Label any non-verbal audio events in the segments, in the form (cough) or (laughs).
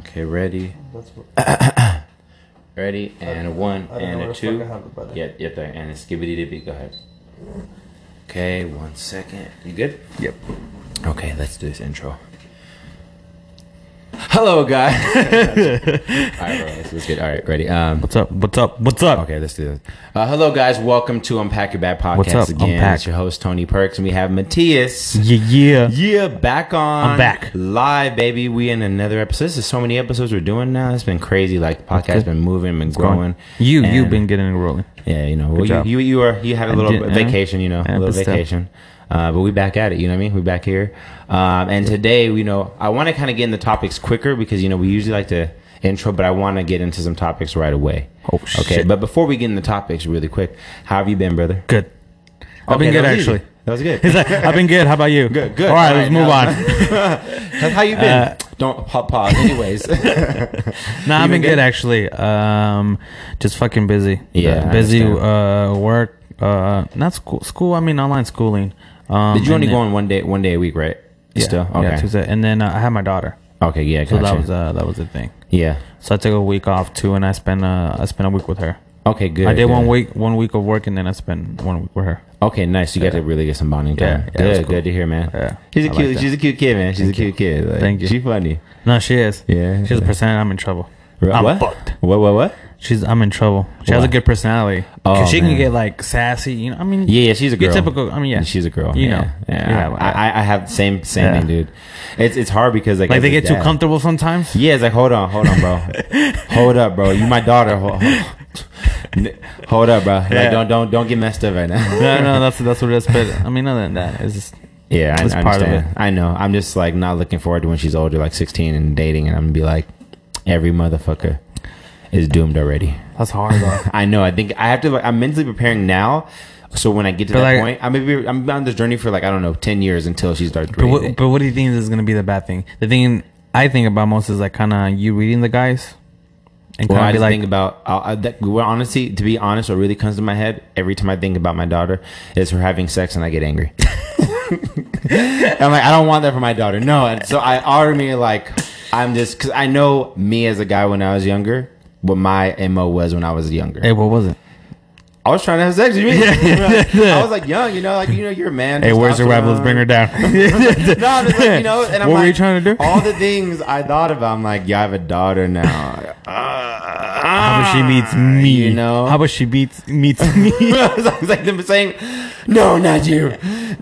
Okay, ready, That's what. ready, and a one, I don't and know where a the fuck I two. have it, brother. Yep, yep, there, and a skibbity dibby. Go ahead. Okay, one second. You good? Yep. Okay, let's do this intro. Hello, guys. (laughs) All right, bro, let's, let's get all right. Ready? Um, What's up? What's up? What's up? okay, let's do this. Uh, hello, guys. Welcome to Unpack Your Bad podcast What's up? again. Unpack. It's your host Tony Perks, and we have Matthias. Yeah, yeah. Yeah, back on. I'm back. Live, baby. We in another episode. This is so many episodes we're doing now. It's been crazy. Like, the podcast been moving, been growing. You And- you've been getting it rolling. Yeah, you know, well, job. you, you, you, were, you had a I little did, yeah. vacation, you know, a Yeah, little but still. vacation. Uh, but we back at it, you know what I mean? We back here. Um, and today, you know, I want to kind of get into topics quicker because, you know, we usually like to intro, but I want to get into some topics right away. Oh, Okay, shit. but before we get into topics really quick, how have you been, brother? Good. I've Okay, been good that was easy. (laughs) actually. That was (laughs) good. He's like, I've been good. How about you? Good, good. All right, All let's right, move now- (laughs) on. How you been? Uh, Don't pop pause. (laughs) Anyways. (laughs) No, I've been been good? good actually. Um, just fucking busy. Yeah, I busy. Uh, understand. work. Uh, not school. School. I mean, online schooling. Um, Did you and only then- go on one day one day a week, right? Yeah, Still? Okay. Okay. Yeah, Tuesday. And then uh, I had my daughter, okay, yeah, so gotcha. that was uh, that was the thing. yeah. So I took a week off too, and I spent uh, I spent a week with her. Okay, good. I did good. one week one week of work, and then I spent one week with her. Okay, nice. You got to really get some bonding Yeah, time. yeah, it was good, cool. good to hear, man. Yeah, She's a I like cute that. she's a cute kid, man. She's a cute kid. Like, Thank you. She funny. No, she is. Yeah. she has a personality. I'm in trouble. Right, I'm what? fucked. What what what? She's I'm in trouble. She has Why? a good personality. Oh, 'Cause she man. can get like sassy. You know, I mean, Yeah, yeah, she's a Your girl. typical- I mean, yeah. She's a girl. You yeah. know. Yeah. Yeah, like- I, I- I have the same same Yeah. thing, dude. It's it's hard because like, like as they a get too dad- comfortable sometimes. Yeah, it's like hold on, hold on, (laughs) bro. hold up, bro. You my daughter. Hold, (laughs) hold, hold up, bro. Like Yeah. don't don't don't get messed up right now. no, no, that's that's what it is. But I mean, other than that, it's just Yeah, I, That's I part of understand. I know. I'm just like not looking forward to when she's older, like 16 and dating, and I'm gonna be like, every motherfucker is doomed already. that's hard (laughs) though. I know. I think I have to. Like, I'm mentally preparing now, so when I get to But, that like- point, I'm gonna be, I'm on this journey for like I don't know 10 years until she starts but grading. what, but what do you think is going to be the bad thing? The thing I think about most is like kind of you reading the guys and well, kind I of be just like, think about. Uh, uh, that, well, honestly, to be honest, what really comes to my head every time I think about my daughter is her having sex, and I get angry. (laughs) I'm like, I don't want that for my daughter. No, and so I already like, I'm just because I know me as a guy when I was younger, what my mo was when I was younger. hey, what was it? I was trying to have sex. You (laughs) mean? I was like young, you know, like you know, you're a man. Hey, where's your rival? Let's bring her down. (laughs) No, I'm just like, you know, and I'm What were like, you trying to do? All the things I thought about. I'm like, yeah, I have a daughter (laughs) now. How How about she meets me? Ah, You know, How about she beats meets me? (laughs) I was like them saying, "No, not you.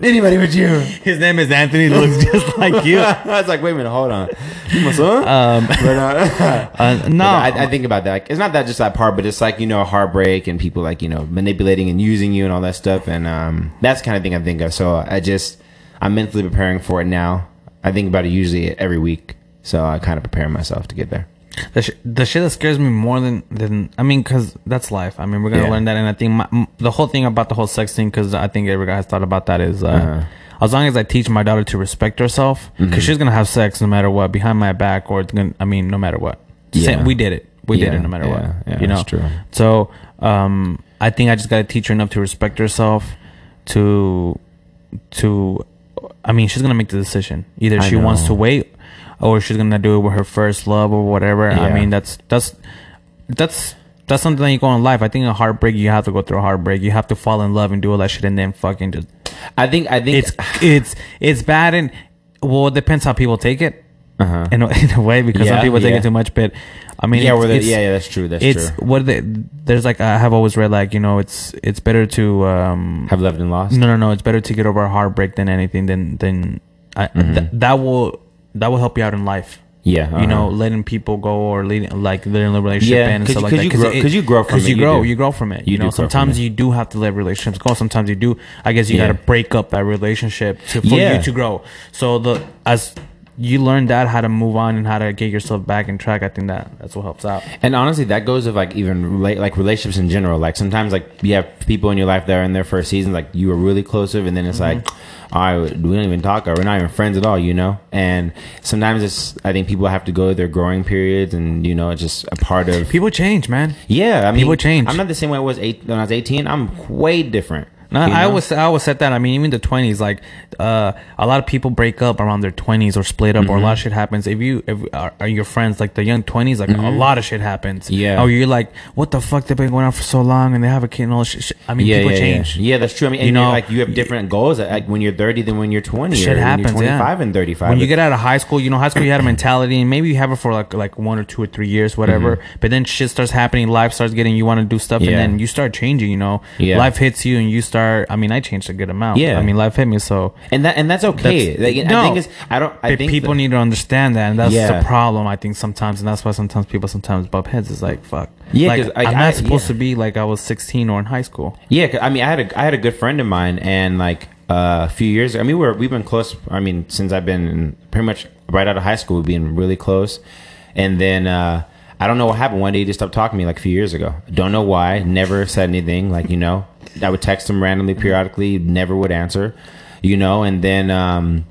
Anybody but you." (laughs) His name is Anthony. Looks just like you. I was like, "Wait a minute, hold on, you my son." Um, but, uh, (laughs) uh, no, but I, I think about that. Like, it's not that just that part, but it's like you know heartbreak and people like you know manipulating and using you and all that stuff, and um, that's the kind of thing I think of. So I just I'm mentally preparing for it now. I think about it usually every week, so I kind of prepare myself to get there. the, sh- the shit that scares me more than than I mean, because that's life. I mean, we're gonna Yeah. learn that, and I think my, m- the whole thing about the whole sex thing, because I think every guy has thought about that is. Uh, Uh-huh. Mm-hmm. As long as I teach my daughter to respect herself, because she's gonna have sex no matter what, behind my back, or it's gonna, I mean, no matter what. Same- Yeah. we did it. We did Yeah, it no matter yeah, what. yeah, you know. that's true. So um, I think I just gotta teach her enough to respect herself, to to I mean, she's gonna make the decision. Either I she wants know. to wait or she's gonna do it with her first love or whatever. Yeah. I mean that's that's that's that's something that you go in life. I think a heartbreak you have to go through a heartbreak. You have to fall in love and do all that shit and then fucking just I think I think it's (laughs) it's it's bad and well it depends how people take it. (sighs) Uh-huh. In a, (laughs) in a way, because Yeah, some people take yeah. it too much, but I mean, yeah, it's- where the, it's- yeah, yeah, that's true. That's it's true. what they, there's like I have always read like you know it's it's better to um Have loved and lost. no no no it's better to get over a heartbreak than anything than than I, th- that will that will help you out in life Yeah, uh-huh. you know letting people go or leading like letting the relationship Yeah, end and 'cause- stuff like 'cause that you grow- it- 'cause you grow from 'cause it, you you grow do. you grow from it You you, do know grow from sometimes it. you do have to let relationships go sometimes you do I guess you Yeah. got to break up that relationship to, for Yeah. you to grow so the as you learn that how to move on and how to get yourself back in track I think that that's what helps out And honestly, that goes with like even rela- like relationships in general. Like sometimes like you have people in your life that are in their first season, like you were really close with, and then it's like, Mm-hmm. all right, we don't even talk, or we're not even friends at all, you know. And sometimes it's I think people have to go their growing periods, and you know, it's just a part of (laughs) people change man yeah. I mean, people change. I'm not the same way I was eight when I was 18. I'm way different. No, You I know? always I always said that. I mean, even the twenties, like uh, a lot of people break up around their twenties or split up, or a lot of Mm-hmm. shit happens. If you if are, are your friends like the young twenties, like a lot of shit happens. Mm-hmm. Yeah. Or you're like, what the fuck? They've been going on for so long, and they have a kid and all this shit. shit. I mean, yeah, people yeah, change. Yeah. yeah, that's true. I mean, You and you're know, like you have different goals at, like when you're 30 than when you're 20 Shit or happens. when you're 25 yeah. and 35. When you get out of high school, you know, high school you had a mentality, and maybe you have it for like like one or two or three years, whatever. But then shit starts happening. Life starts getting. You want to do stuff, Mm-hmm. Yeah. and then you start changing. You know, Yeah. life hits you, and you start. I mean, I changed a good amount. Yeah. I mean, life hit me, so and that and that's okay. That's- Like, I no. think it's I don't I Pe- think people the- need to understand that, and that's Yeah. the problem. I think sometimes, and that's why sometimes people sometimes bump heads. It's like fuck. Yeah, like, 'cause I- I'm I- not supposed yeah. to be like I was 16 or in high school. Yeah, 'cause, I mean, I had a I had a good friend of mine, and like uh, a few years. I mean, we're we've been close. I mean, since I've been in- pretty much right out of high school, we've been really close. And then uh, I don't know what happened. One day, he just stopped talking to me like a few years ago. Don't know why. Never said anything. Like you know, I would text him randomly, periodically. Never would answer. You know, and then um,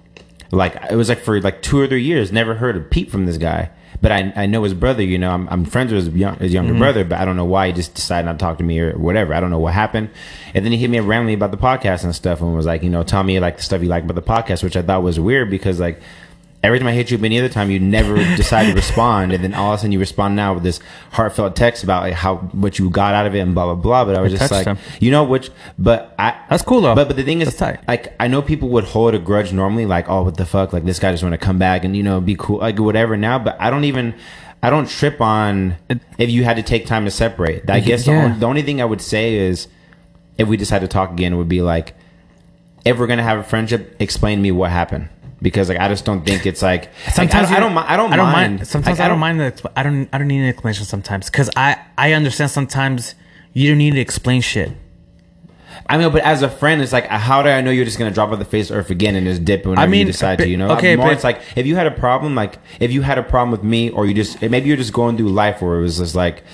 like it was like for like two or three years, never heard a peep from this guy. But I, I know his brother, you know, I'm, I'm friends with his, young, his Mm-hmm. younger brother, but I don't know why he just decided not to talk to me or whatever. I don't know what happened. And then he hit me up randomly about the podcast and stuff and was like, you know, tell me like the stuff you like about the podcast, which I thought was weird because like every time I hit you up any other time, you (laughs) never decide to respond. And then all of a sudden you respond now with this heartfelt text about like how, what you got out of it and blah, blah, blah. But I was It just touched like, him. you know, which, but I, That's cool though. but but the thing is, That's tight. like I know people would hold a grudge normally, like oh what the fuck, like this guy just want to come back and you know be cool, like whatever now. But I don't even, I don't trip on if you had to take time to separate. I guess the, Yeah. only, the only thing I would say is if we decide to talk again would be like if we're gonna have a friendship, explain to me what happened because like I just don't think it's like sometimes I, don't, you- mi- I don't I don't mind Sometimes Like, I don't mind. The, expl- I don't. I don't need an explanation sometimes because I I understand sometimes you don't need to explain shit. I mean, but as a friend, it's like, how do I know you're just gonna drop off the face of earth again and just dip whenever I mean, you decide to? but- You know, okay, More, but- it's like if you had a problem, like if you had a problem with me, or you just maybe you're just going through life where it was just like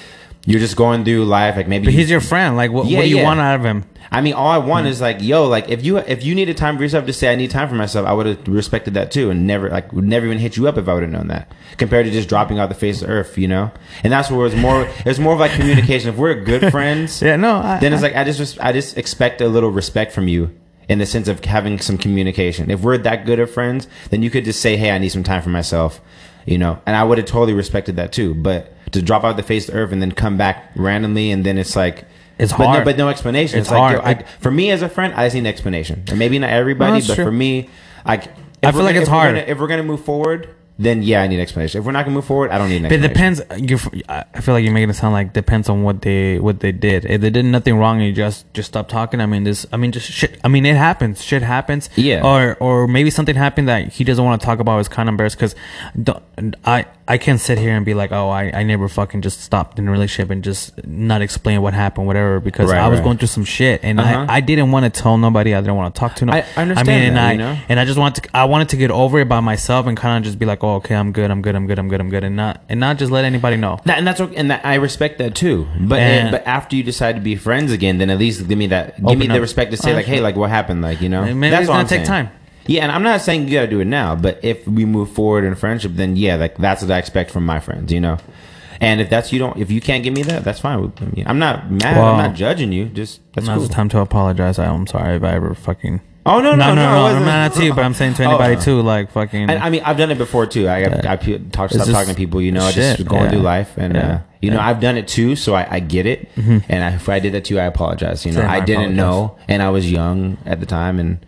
you're just going through life, like maybe But Hmm. you- he's your friend. Like what, Yeah, what do you yeah. want out of him? I mean, all I want is like, yo, like if you if you needed time for yourself to say I need time for myself, I would have respected that too, and never like would never even hit you up if I would have known that. Compared to just dropping off the face of the earth, you know. And that's where it's more it's more of like communication. If we're (laughs) good friends, Yeah, no. I, then it's like I just res- I just expect a little respect from you in the sense of having some communication. If we're that good of friends, then you could just say, "Hey, I need some time for myself," you know, and I would have totally respected that too. But to drop out the face of the earth and then come back randomly, and then it's like. It's but No, hard. but no explanation. It's, It's like, yo, hard. I- for me as a friend, I just need an explanation. And maybe not everybody, that's but true. for me, like, if I we're feel like gonna- if it's we're hard. gonna- if we're going to move forward, then yeah, I need an explanation. If we're not going to move forward, I don't need an But it explanation. depends. uh, You, I I feel like you're making it sound like depends on what they what they did. If they did nothing wrong and you just just stop talking, I mean this. I mean just shit. I mean it happens. Shit happens. Yeah. Or or maybe something happened that he doesn't want to talk about. Is kind of embarrassed because I I can't sit here and be like oh I I never fucking just stopped in a relationship and just not explain what happened whatever because Right, I was right. going through some shit and Uh-huh. I I didn't want to tell nobody. I didn't want to talk to nobody. I- I understand and that, I you know? and I just want to I wanted to get over it by myself and kind of just be like, oh, okay, I'm good, I'm good, I'm good, I'm good, and not and not just let anybody know. That, and that's okay, and that, I respect that too. But And- but after you decide to be friends again, then at least give me that give me Open the up. respect to say like, hey, like what happened, like you know. And maybe it's all gonna I'm take time. Yeah, and I'm not saying you got to do it now, but if we move forward in friendship, then yeah, like that's what I expect from my friends, you know. And if that's you don't, if you can't give me that, that's fine. with me. I'm not mad. Well, I'm not judging you. Just that's Now's cool. the time to apologize. I, I'm sorry if I ever fucking. Oh no No, no, no, it no, wasn't. not to you, but I'm saying to anybody Oh. too, like fucking. And I mean, I've done it before too. I, I, I pe- talk, stop just talking to people, you know, I just shit, going yeah. through life, and uh, Yeah, you know, yeah. Mm-hmm. I've done it too, so I, I get it. And I, if I did that too, I apologize. You know, Same, I I didn't apologize. know, and I was young at the time, and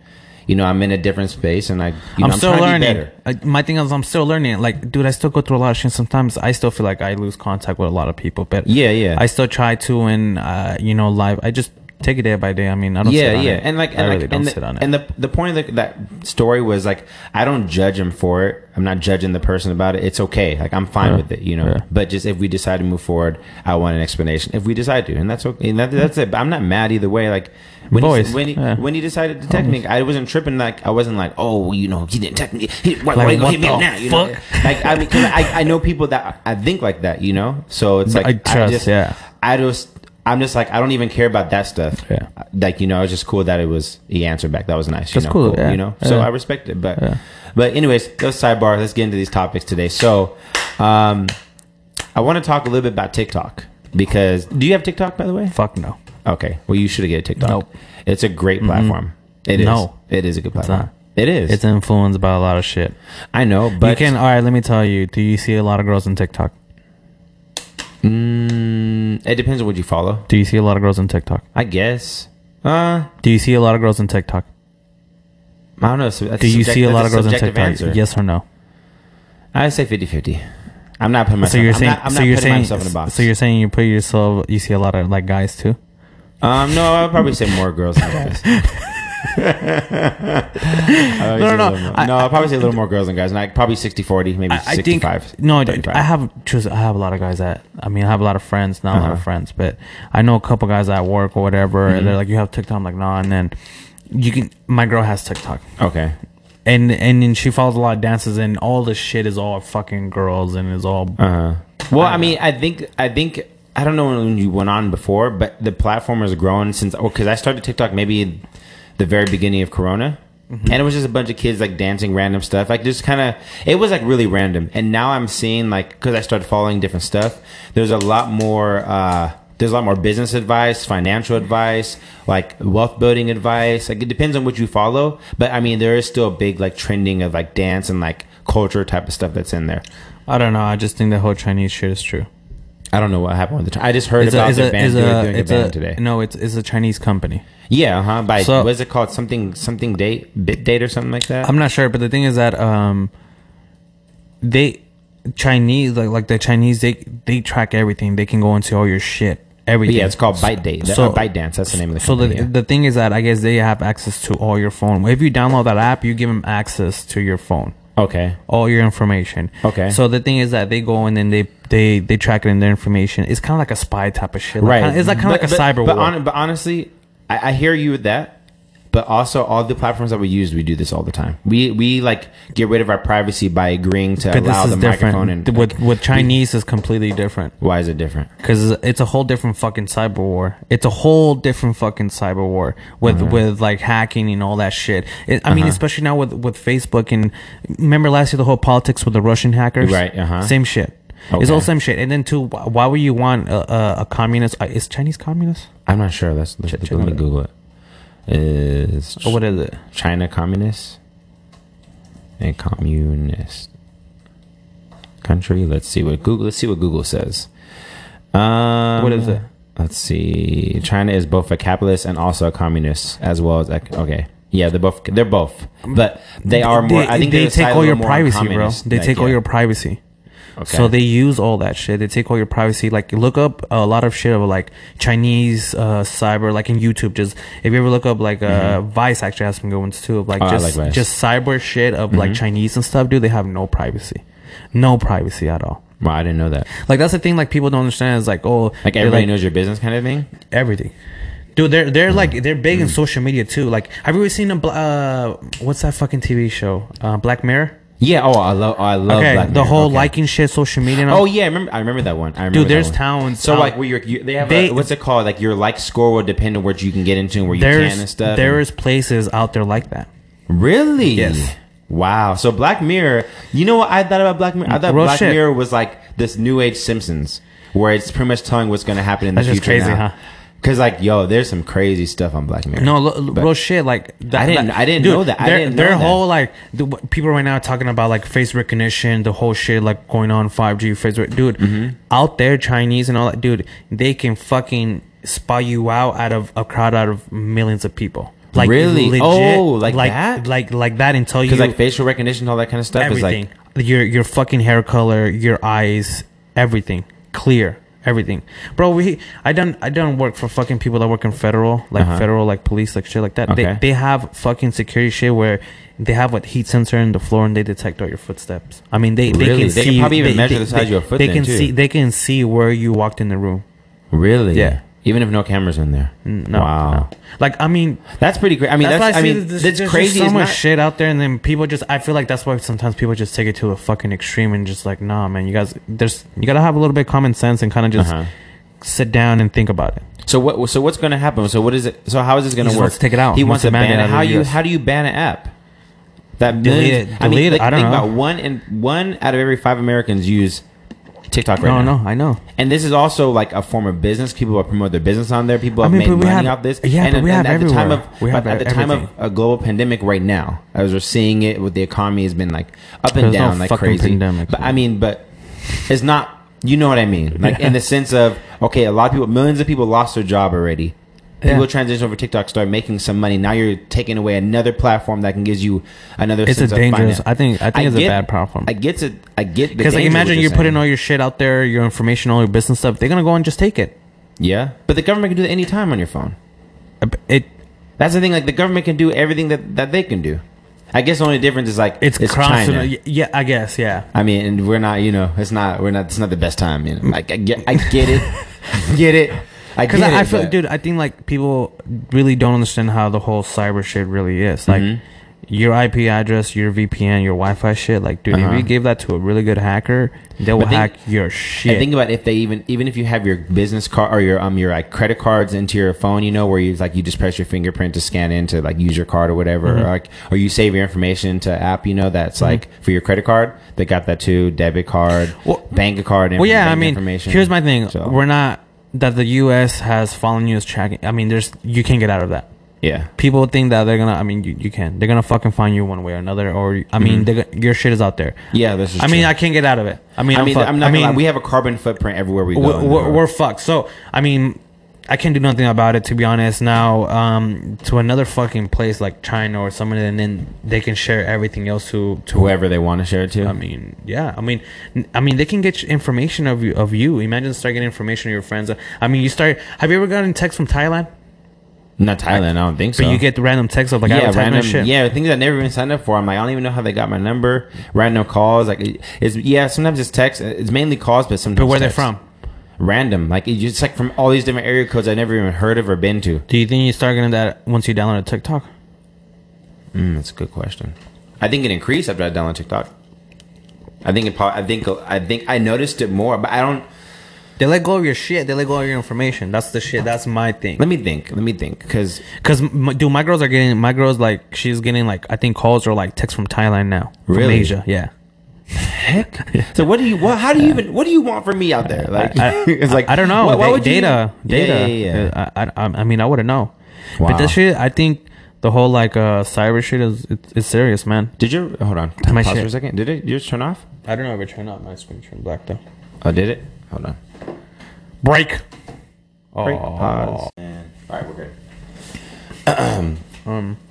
you know, I'm in a different space, and I, you know, I'm still trying to be learning. better. I, my thing is, I'm still learning. Like, dude, I still go through a lot of shit. Sometimes I still feel like I lose contact with a lot of people, but Yeah, yeah. I still try to. And uh, you know, live. I just take it day by day. I mean, I don't. yeah, sit on yeah, it. and like, and I like, really don't and the, sit on it. And the the point of the, that story was like, I don't judge him for it. I'm not judging the person about it. It's okay. Like I'm fine Yeah. with it, you know. Yeah. But just if we decide to move forward, I want an explanation. If we decide to, and that's okay. And that, that's it. But I'm not mad either way. Like when Boys, he, when he, yeah. when he decided to text me, I wasn't tripping. Like I wasn't like, oh, well, you know, he didn't text me. He, why, Like, why you gonna what hit me the up now? You know? fuck? Like I mean, 'cause I, I know people that I think like that, you know. So it's like I trust, just, yeah. I just I'm just like I don't even care about that stuff. Yeah. Like you know, it was just cool that it was he answered back. That was nice. That's you know, cool, yeah. You know, so Yeah. I respect it. But but anyways, those sidebar. Let's get into these topics today. So, um, I want to talk a little bit about TikTok because do you have TikTok by the way? Fuck no. Okay. Well, you should get TikTok. Nope. Mm-hmm. It's a great platform. It is. No. It is a good platform. not. It is. It's influenced by a lot of shit. I know, but you can. All right, let me tell you. Do you see a lot of girls on TikTok? Mm, it depends on what you follow. Do you see a lot of girls on TikTok? I guess. Uh, Do you see a lot of girls on TikTok? I don't know. So that's Do you subject- see a lot of that's girls on subjective TikTok? answer. Yes or no? I say 50-50. I'm not putting myself. So you're saying. I'm not, I'm so not you're putting saying. myself in a box. So you're saying you put yourself. You see a lot of like guys too. Um, no, I would probably say more girls than (laughs) guys. no, No, no, no. I- no, I'll probably say a little more girls than guys, and I probably 60 40, maybe I, I 65. think no, I- 35. I have just I have a lot of guys that I mean I have a lot of friends, not a lot of Uh-huh. friends, but I know a couple guys at work or whatever, Mm-hmm. and they're like, "You have TikTok?" I'm like, "Nah," and then you can. My girl has TikTok, okay. and and then she follows a lot of dances, and all this shit is all fucking girls, and it's all Uh-huh. Well, I mean, I think, I think, I don't know when you went on before, but the platform has grown since, because I started TikTok maybe the very beginning of Corona. And it was just a bunch of kids like dancing random stuff. Like, just kind of, it was like really random. And now I'm seeing, like, because I started following different stuff, there's a lot more, uh, there's a lot more business advice, financial advice, like wealth building advice. Like, it depends on what you follow. But I mean, there is still a big, like, trending of like dance and like culture type of stuff that's in there. I don't know. I just think the whole Chinese shit is true. I don't know what happened with the. Chi- I just heard It's about a, it's the a, band it's doing, a, doing it's a a, band today. no, it's it's a Chinese company. Yeah, huh? By So- what is it called? Something, something date, bit date, or something like that. I'm not sure, but the thing is that um, they Chinese like like the Chinese they they track everything. They can go into all your shit, but everything. yeah, it's called Bite Date. so- So Bite Dance. That's the name of the. So the company, yeah. the thing is that I guess they have access to all your phone. If you download that app, you give them access to your phone, okay, all your information. Okay. So the thing is that they go in and they they they track it in their information. It's kind of like a spy type of shit. Like, right. kinda- it's like kind of But- like a but- cyber But, war. hon- but honestly, I, I hear you with that. But also, all the platforms that we use, we do this all the time. We we like get rid of our privacy by agreeing to but allow this the is microphone. different. And with with Chinese is completely different. why is it different? because it's a whole different fucking cyber war. It's a whole different fucking cyber war with Mm-hmm. with like hacking and all that shit. It, I mean, Uh-huh. especially now with with Facebook and remember last year the whole politics with the Russian hackers, Right, uh-huh. Same shit. It's all Okay. same shit. And then too, why, why would you want a, a, a communist? Uh, is Chinese communist I'm not sure. Let's let check me it out. Google it. Is or what is it? China communist and communist country. Let's see what Google. Let's see what Google says. Um, What is it? Let's see. China is both a capitalist and also a communist, as well as ec- okay. Yeah, they're both. They're both, but they are more. I think they they're take side a all your little more privacy, bro. communist, They like, take all yeah. your privacy. Okay. So they use all that shit. They take all your privacy. Like look up a lot of shit of like Chinese uh, cyber, like in YouTube. Just if you ever look up like uh, Vice, actually has some good ones too. Of like Mm-hmm. Oh, I just like Vice. Mm-hmm. just cyber shit of like Chinese and stuff. Dude, they have no privacy, no privacy at all. Wow, I didn't know that. Like that's the thing. Like people don't understand is like oh Like they're, everybody knows your business, kind of thing. everything. Dude, they're they're like they're big in Mm. social media too. Like, have you ever seen a bl- uh, what's that fucking TV show? Uh, Black Mirror. Yeah. Oh, I love. I love. Okay, Black the Mirror. whole Okay. liking shit, social media. And all Oh yeah, I remember. I remember that one. I remember Dude, there's that one. towns So out- like, where you're, you, they have They- a, what's it called? Like your like score will depend on what you can get into and where you there's can and stuff. there is places out there like that. really Yes. Wow. So Black Mirror. You know what I thought about Black Mirror? I thought Real Black shit. Mirror was like this new age Simpsons, where it's pretty much telling what's going to happen in the That's just future. crazy, now. huh? Because like, yo, there's some crazy stuff on Black Mirror. No, lo- But- real shit. Like that, I didn't- that- I didn't know that. I their didn't their know that. whole like the, what- people right now are talking about like face recognition, the whole shit like going on five G face. Rec- dude, Mm-hmm. out there Chinese and all that. Dude, they can fucking spy you out out of a crowd out of millions of people. Like Really? Oh, like like that? Like like that and tell you Because like facial recognition, all that kind of stuff everything. is like. your your fucking hair color, your eyes, everything clear, everything, bro. We I done I done work for fucking people that work in federal, like Uh-huh. federal, like police, like shit, like that. Okay. They they have fucking security shit where they have what heat sensor in the floor and they detect all your footsteps. I mean, they they Really? can They see can probably even they- measure they- the size of your foot They then, can too. see they can see where you walked in the room. Really? Yeah. Even if no cameras in there. No, wow. no. like I mean. That's pretty great. I mean, That's, that's, why I, I see mean, there's, that's there's crazy. Just so It's much not- shit out there, and then people just. I feel like that's why sometimes people just take it to a fucking extreme and just like, nah, man, you guys, there's you gotta have a little bit of common sense and kind of just Uh-huh. sit down and think about it. So what? So what's going to happen? So what is it? So how is this going He to just work? wants to take it out. He, He wants wants to to ban ban it it. out of How the you? US. How do you ban an app? That Delete millions- it. I mean, Delete it. think, I don't think know. about one in one out of every five Americans use TikTok right No, now. no, I know. And this is also like a form of business. People will promote their business on there. People have mean, but made we money have- off this. yeah, and, but we and have at the time everywhere. of We but have at the time of everything. a global pandemic right now, as we're seeing it with the economy has been like up and There's no down like fucking crazy. pandemic, but man. I mean, but it's not. You know what I mean? Like in the sense of okay, a lot of people, millions of people lost their job already. Yeah. People transition over TikTok, start making some money. Now you're taking away another platform that can gives you another. It's a sense of dangerous. finance. I think. I think it's get- a bad platform. I get it. I get Because like, imagine you're putting putting all your shit out there, your information, all your business stuff. They're gonna go and just take it. Yeah, but the government can do that any time on your phone. It That's the thing. Like the government can do everything that, that they can do. I guess the only difference is like it's, cross. uh, China. Yeah, I guess. Yeah. I mean, and we're not. You know, it's not. We're not. It's not the best time. You know, like I get. I get it. (laughs) get it. I Because get I, it. I feel, but- dude, I think like people really don't understand how the whole cyber shit really is. Like Mm-hmm. your IP address, your VPN, your Wi-Fi shit. Like, dude, Uh-huh. if you gave that to a really good hacker, they will think- hack your shit. And think about if they even even if you have your business card or your um your like credit cards into your phone, you know, where you like you just press your fingerprint to scan in to like use your card or whatever, Mm-hmm. or like or you save your information to app, you know, that's like for your credit card. They got that too, debit card, Well- bank card, well, yeah. bank I mean, here's my thing. So- We're not that the U.S. has fallen U.S. tracking. I mean, there's you can't get out of that. yeah. people think that they're gonna. I mean, you, you can. They're gonna fucking find you one way or another. Or I mean, they're gonna- your shit is out there. Yeah, Mm-hmm. this is I mean, true. I can't get out of it. I mean, I I'm mean, fucked. I'm not. I gonna mean, lie, we have a carbon footprint everywhere we go. we're, in the we're, world. we're fucked. So I mean, I can't do nothing about it to be honest. Now, um, to another fucking place like China or someone, and then they can share everything else to to whoever they want to share it to. I mean, yeah. I mean, n- I mean, they can get information of you. Of you. Imagine start getting information of your friends. I mean, you start. Have you ever gotten texts from Thailand? not Thailand. I don't think so. But you get the random texts of like yeah, advertisement random. and shit. Yeah, things I never even signed up for. I'm like, I don't even know how they got my number. Random calls, like it- it's yeah. Sometimes it's text. It's mainly calls, but sometimes. But where they're text. from? Random, like it's just like from all these different area codes I never even heard of or been to. Do you think you start getting that once you download a TikTok? Mm, that's a good question. I think it increased after I downloaded TikTok. I think it. Probably, I think. I think I noticed it more, but I don't. They let go of your shit. They let go of your information. That's the shit. That's my thing. Let me think. Let me think, (laughs) because Cause m- dude, my girls are getting my girls like she's getting like I think calls or like texts from Thailand now. From Really? Asia. Yeah. heck? So what do you? What, how do you even? What do you want from me out there? Like I, (laughs) it's like I don't know. why- why Da- would you- data? Yeah, Data. Uh, Yeah, yeah, yeah. I, I, I mean, I wouldn't know. Wow. But this shit, I think the whole like uh cyber shit is it's, it's serious, man. Did you hold on? My pause for a shit. second. Did it? Did yours turn off? I don't know if it turned out my screen turned black though. Oh, did it? Hold on. Break. Oh. Break. Pause. All right, we're Um, good. um. (clears throat)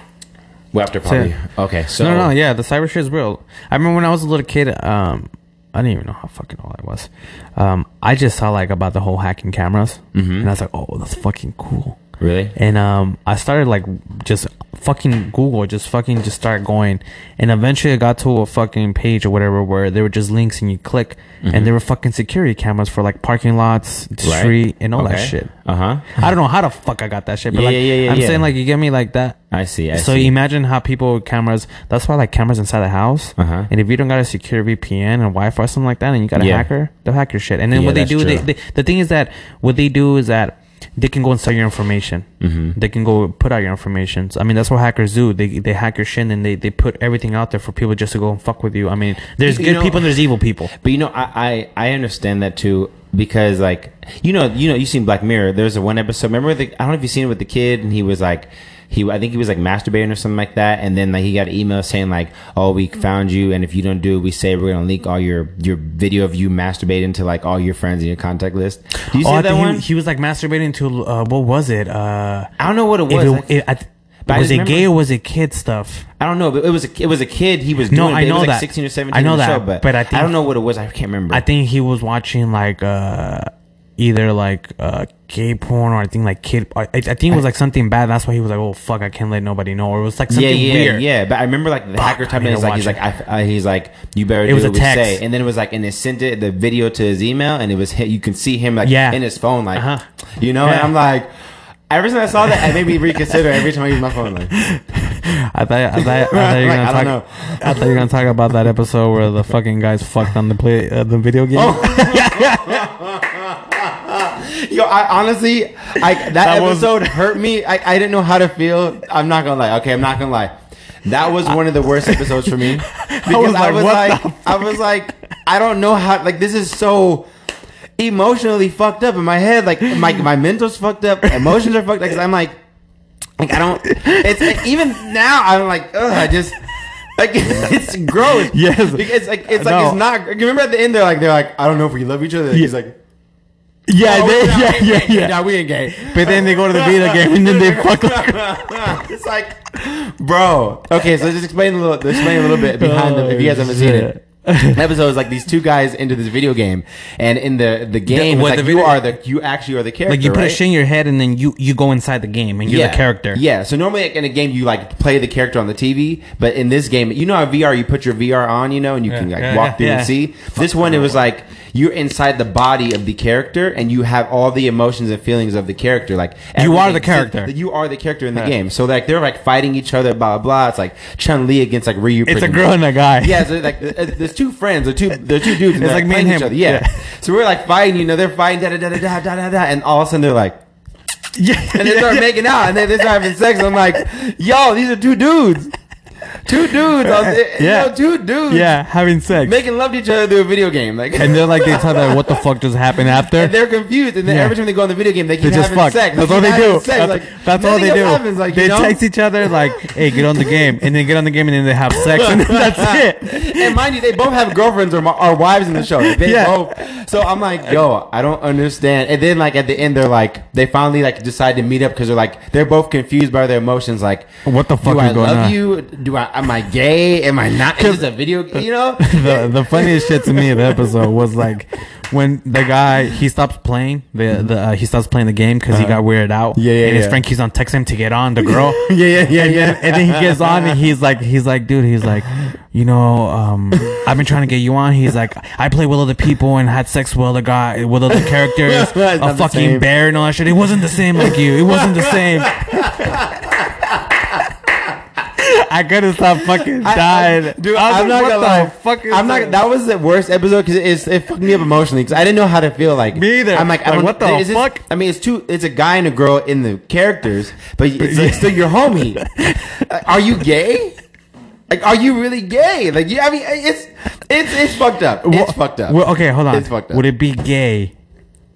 We have to probably. Okay, so No, no, no, yeah, the cyber shit is real. I remember when I was a little kid, um, I didn't even know how fucking old I was. Um, I just saw like about the whole hacking cameras, Mm-hmm. and I was like, oh, that's fucking cool. really. And um, I started like just fucking Google, just fucking just start going, and eventually I got to a fucking page or whatever where there were just links and you click, and there were fucking security cameras for like parking lots, the Mm-hmm. Right. street, and all Okay. that shit. Uh huh. I don't know how the fuck I got that shit, but Yeah, like, yeah, yeah, I'm yeah. saying like you get me like that. I see. I So see. imagine how people with cameras. That's why like cameras inside the house. Uh-huh. And if you don't got a secure VPN and Wi-Fi or something like that, and you got a Yeah. hacker, they'll hack your shit. And then Yeah, what they that's do, they, true. they, the thing is that what they do is that they can go and sell your information. Mm-hmm. They can go put out your information. So, I mean, that's what hackers do. They they hack your shit and they, they put everything out there for people just to go and fuck with you. I mean, there's You good know- people and there's evil people. But you know, I, I I understand that too because like you know you know you seen Black Mirror. There's a one episode. Remember the I don't know if you seen it with the kid and he was like. He, I think he was like masturbating or something like that, and then like he got an email saying like, "Oh, we found you, and if you don't do what we say, we're gonna leak all your your video of you masturbating to like all your friends in your contact list." Do you see oh, I that think he- one? He, was like masturbating to uh, what was it? Uh, I don't know what it if was. it- I- it- I th- But I was just it gay remember- or was it kid stuff? I don't know, but it was a, it was a kid. He was doing No, it, I but it know was like that. sixteen or seventeen. I know in the that, show, but, but I I, think- don't know what it was. I can't remember. I think he was watching like uh either like uh gay porn or I think like kid. I, I think it was like something bad. That's why he was like, oh fuck, I can't let nobody know. Or it was like something yeah, yeah, weird. yeah. But I remember like the hacker typing need is to like he's watch like I, I, he's like you better do was a what we text. say, and then it was like and they sent it the video to his email, and it was hit, you can see him like Yeah. in his phone like Uh-huh. you know, and Yeah. I'm like ever since I saw that, I made me reconsider every time I use my phone. Like I thought I thought, I (laughs) thought you were Like, gonna I don't talk. know. I thought you were gonna talk about that episode where the fucking guys fucked on the play uh, the video game. Oh. (laughs) yo, I honestly I that, was- episode hurt me. I, I didn't know how to feel. I'm not gonna lie. Okay, I'm not (laughs) gonna lie. That was one of the worst episodes for me because I was like, like, what I was like, I I don't know how. Like this is so emotionally fucked up in my head. Like my my mental's fucked up. Emotions are fucked. Because I'm like, like I don't. It's like, even now I'm like, ugh, I just. Like (laughs) it's gross. Yes. It's like it's like No. it's not. You remember at the end they're like they're like I don't know if we love each other. He's like (laughs) Yeah, oh, they, no, we yeah, ain't yeah, gay. (laughs) yeah. No, we ain't (laughs) gay. But then they go to the video game and then (laughs) they fuck up. it's like, bro. Okay, so just explain a little. Explain a little bit behind them if you guys Oh, haven't seen it. The episode is like these two guys into this video game, and in the the game, what it's the like video- you are the you actually are the character. Like you put right? a shit in your head and then you you go inside the game and you're the character. Yeah. So normally like, in a game you like play the character on the TV, but in this game, you know how VR you put your VR on, you know, and you can like yeah, walk yeah, through yeah. and see. This one it was like you're inside the body of the character and you have all the emotions and feelings of the character. Like You are the everything- character. You are the character in the game. So like they're like fighting each other, blah blah. blah. It's like Chun Li against like Ryu. It's pretty a much. girl and a guy. Yeah, so like uh, there's two friends, or two there's two dudes, and It's they're like me and playing him. each other. Yeah. Yeah. So we're like fighting, you know, they're fighting, da da da da da da da da, and all of a sudden they're like, (laughs) yeah. (laughs) and they start making out, and then they start having sex. I'm like, yo, these are two dudes, two dudes, on, (laughs) yeah, Yeah. two dudes, (laughs) Yeah, having sex. making love to each other through a video game, like, and and, they're like they tell them what the fuck just happened after. they're confused, (laughs) and then Yeah. every time they go on the video game, they keep they just having fuck. sex. That's all keep they having do. sex, that's like, that's all nothing they else do. Happens, like, they you know? text each other like, "Hey, get on the game," and then get on the game, and then they have sex, and that's it. (laughs) and mind you, they both have girlfriends or, mo- or wives in the show. Like, They Yeah. both. So I'm like, yo, I don't understand. And then like at the end, they're like, they finally like decide to meet up because they're like, they're both confused by their emotions. Like, What the fuck do is I going love on? you? Do I? Am I gay? Am I not? Is this a video? You (laughs) know? the the funniest shit to me of the episode was like when the guy he stops playing the the uh, he stops playing the game because he got weirded out. Uh-huh. Yeah, yeah, And his yeah. friend keeps on texting him to get on (laughs) the girl. Yeah, yeah, yeah, and then, and then he gets on and he's like he's like dude he's like you know um I've been trying to get you on. He's like I play with other people and had sex with other guy with other characters, (laughs) It's not a the fucking same. bear and all that shit. It wasn't the same like you. It wasn't the same. (laughs) I couldn't stop fucking I- I- dying. dude. I I'm was like, not what gonna the lie. fuck is I'm this? not. That was the worst episode because it, it fucked me up emotionally because I didn't know how to feel. Like Me either. I'm like, I Like, don't, what the is this- fuck? I mean, it's two. It's a guy and a girl in the characters, but it's like, still your (laughs) homie. Like, are you gay? Like, are you really gay? Like, yeah. I mean, uh, it's it's it's fucked up. It's Well, fucked up. Well, okay, hold on. It's fucked up. Would it be gay?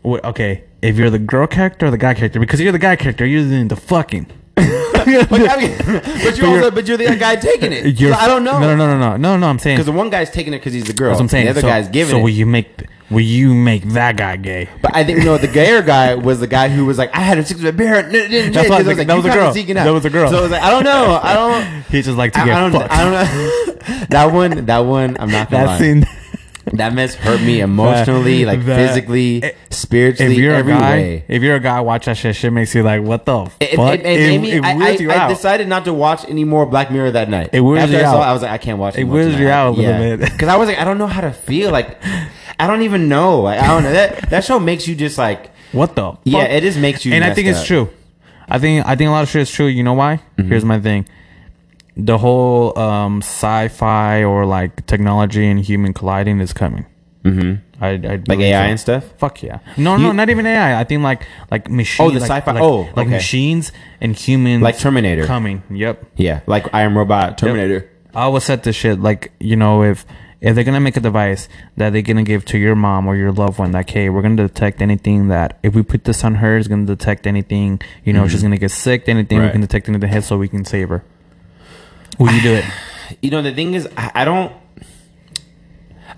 Would, okay, if you're the girl character or the guy character, because you're the guy character, you're doing the fucking. (laughs) (laughs) (laughs) but, I mean, but you're you're- also, but you're the guy taking it. (laughs) You're, so I don't know. No, no, no, no, no, no. no I'm saying Because the one guy's taking it because he's the girl. that's what I'm saying. The other so, guy's giving So it. will you make? Will you make that (laughs) guy gay? But I think no, the gayer guy was the guy who was like, I had a six with a bear. No, no, no, That's no, why 'cause I that was you a guys are girl. seeking out. That was a girl. So I was like, I don't know, I don't. He's just like to I, get I don't, fucked. I don't know. (laughs) that one, that one, I'm not gonna (laughs) that lie. scene. That mess hurt me emotionally, like that- physically, if- spiritually, If you're a every guy, way. if you're a guy, watch that shit. Shit makes you like, what the fuck? It, it, it, made me, I, weirds you I, I out. decided not to watch any more Black Mirror that night. It weirds After you I saw out. it, I was like, I can't watch. It weirds you out a (laughs) little bit. because I was like, I don't know how to feel. Like, I don't even know. Like, I don't know that that show makes you just like, What the? yeah, fuck? it just makes you. and I messed think it's up. Mm-hmm. true. I think I think a lot of shit is true. You know why? Here's my thing: the whole um, sci-fi or like technology and human colliding is coming. Mm-hmm. I, I like believe AI so. and stuff. Fuck yeah! No, no, You- Oh, not even AI. I think like like machines. the like, sci-fi- Like, oh, like okay. machines and humans. Like Terminator. coming. Yep. Yeah, like I Am Robot, Terminator. I always said this shit like you know if if they're gonna make a device that they're gonna give to your mom or your loved one like hey we're gonna detect anything that if we put this on her it's gonna detect anything you know if she's gonna get sick anything we Right. can detect into the head so we can save her. Will you do it? You know, the thing is, I I don't,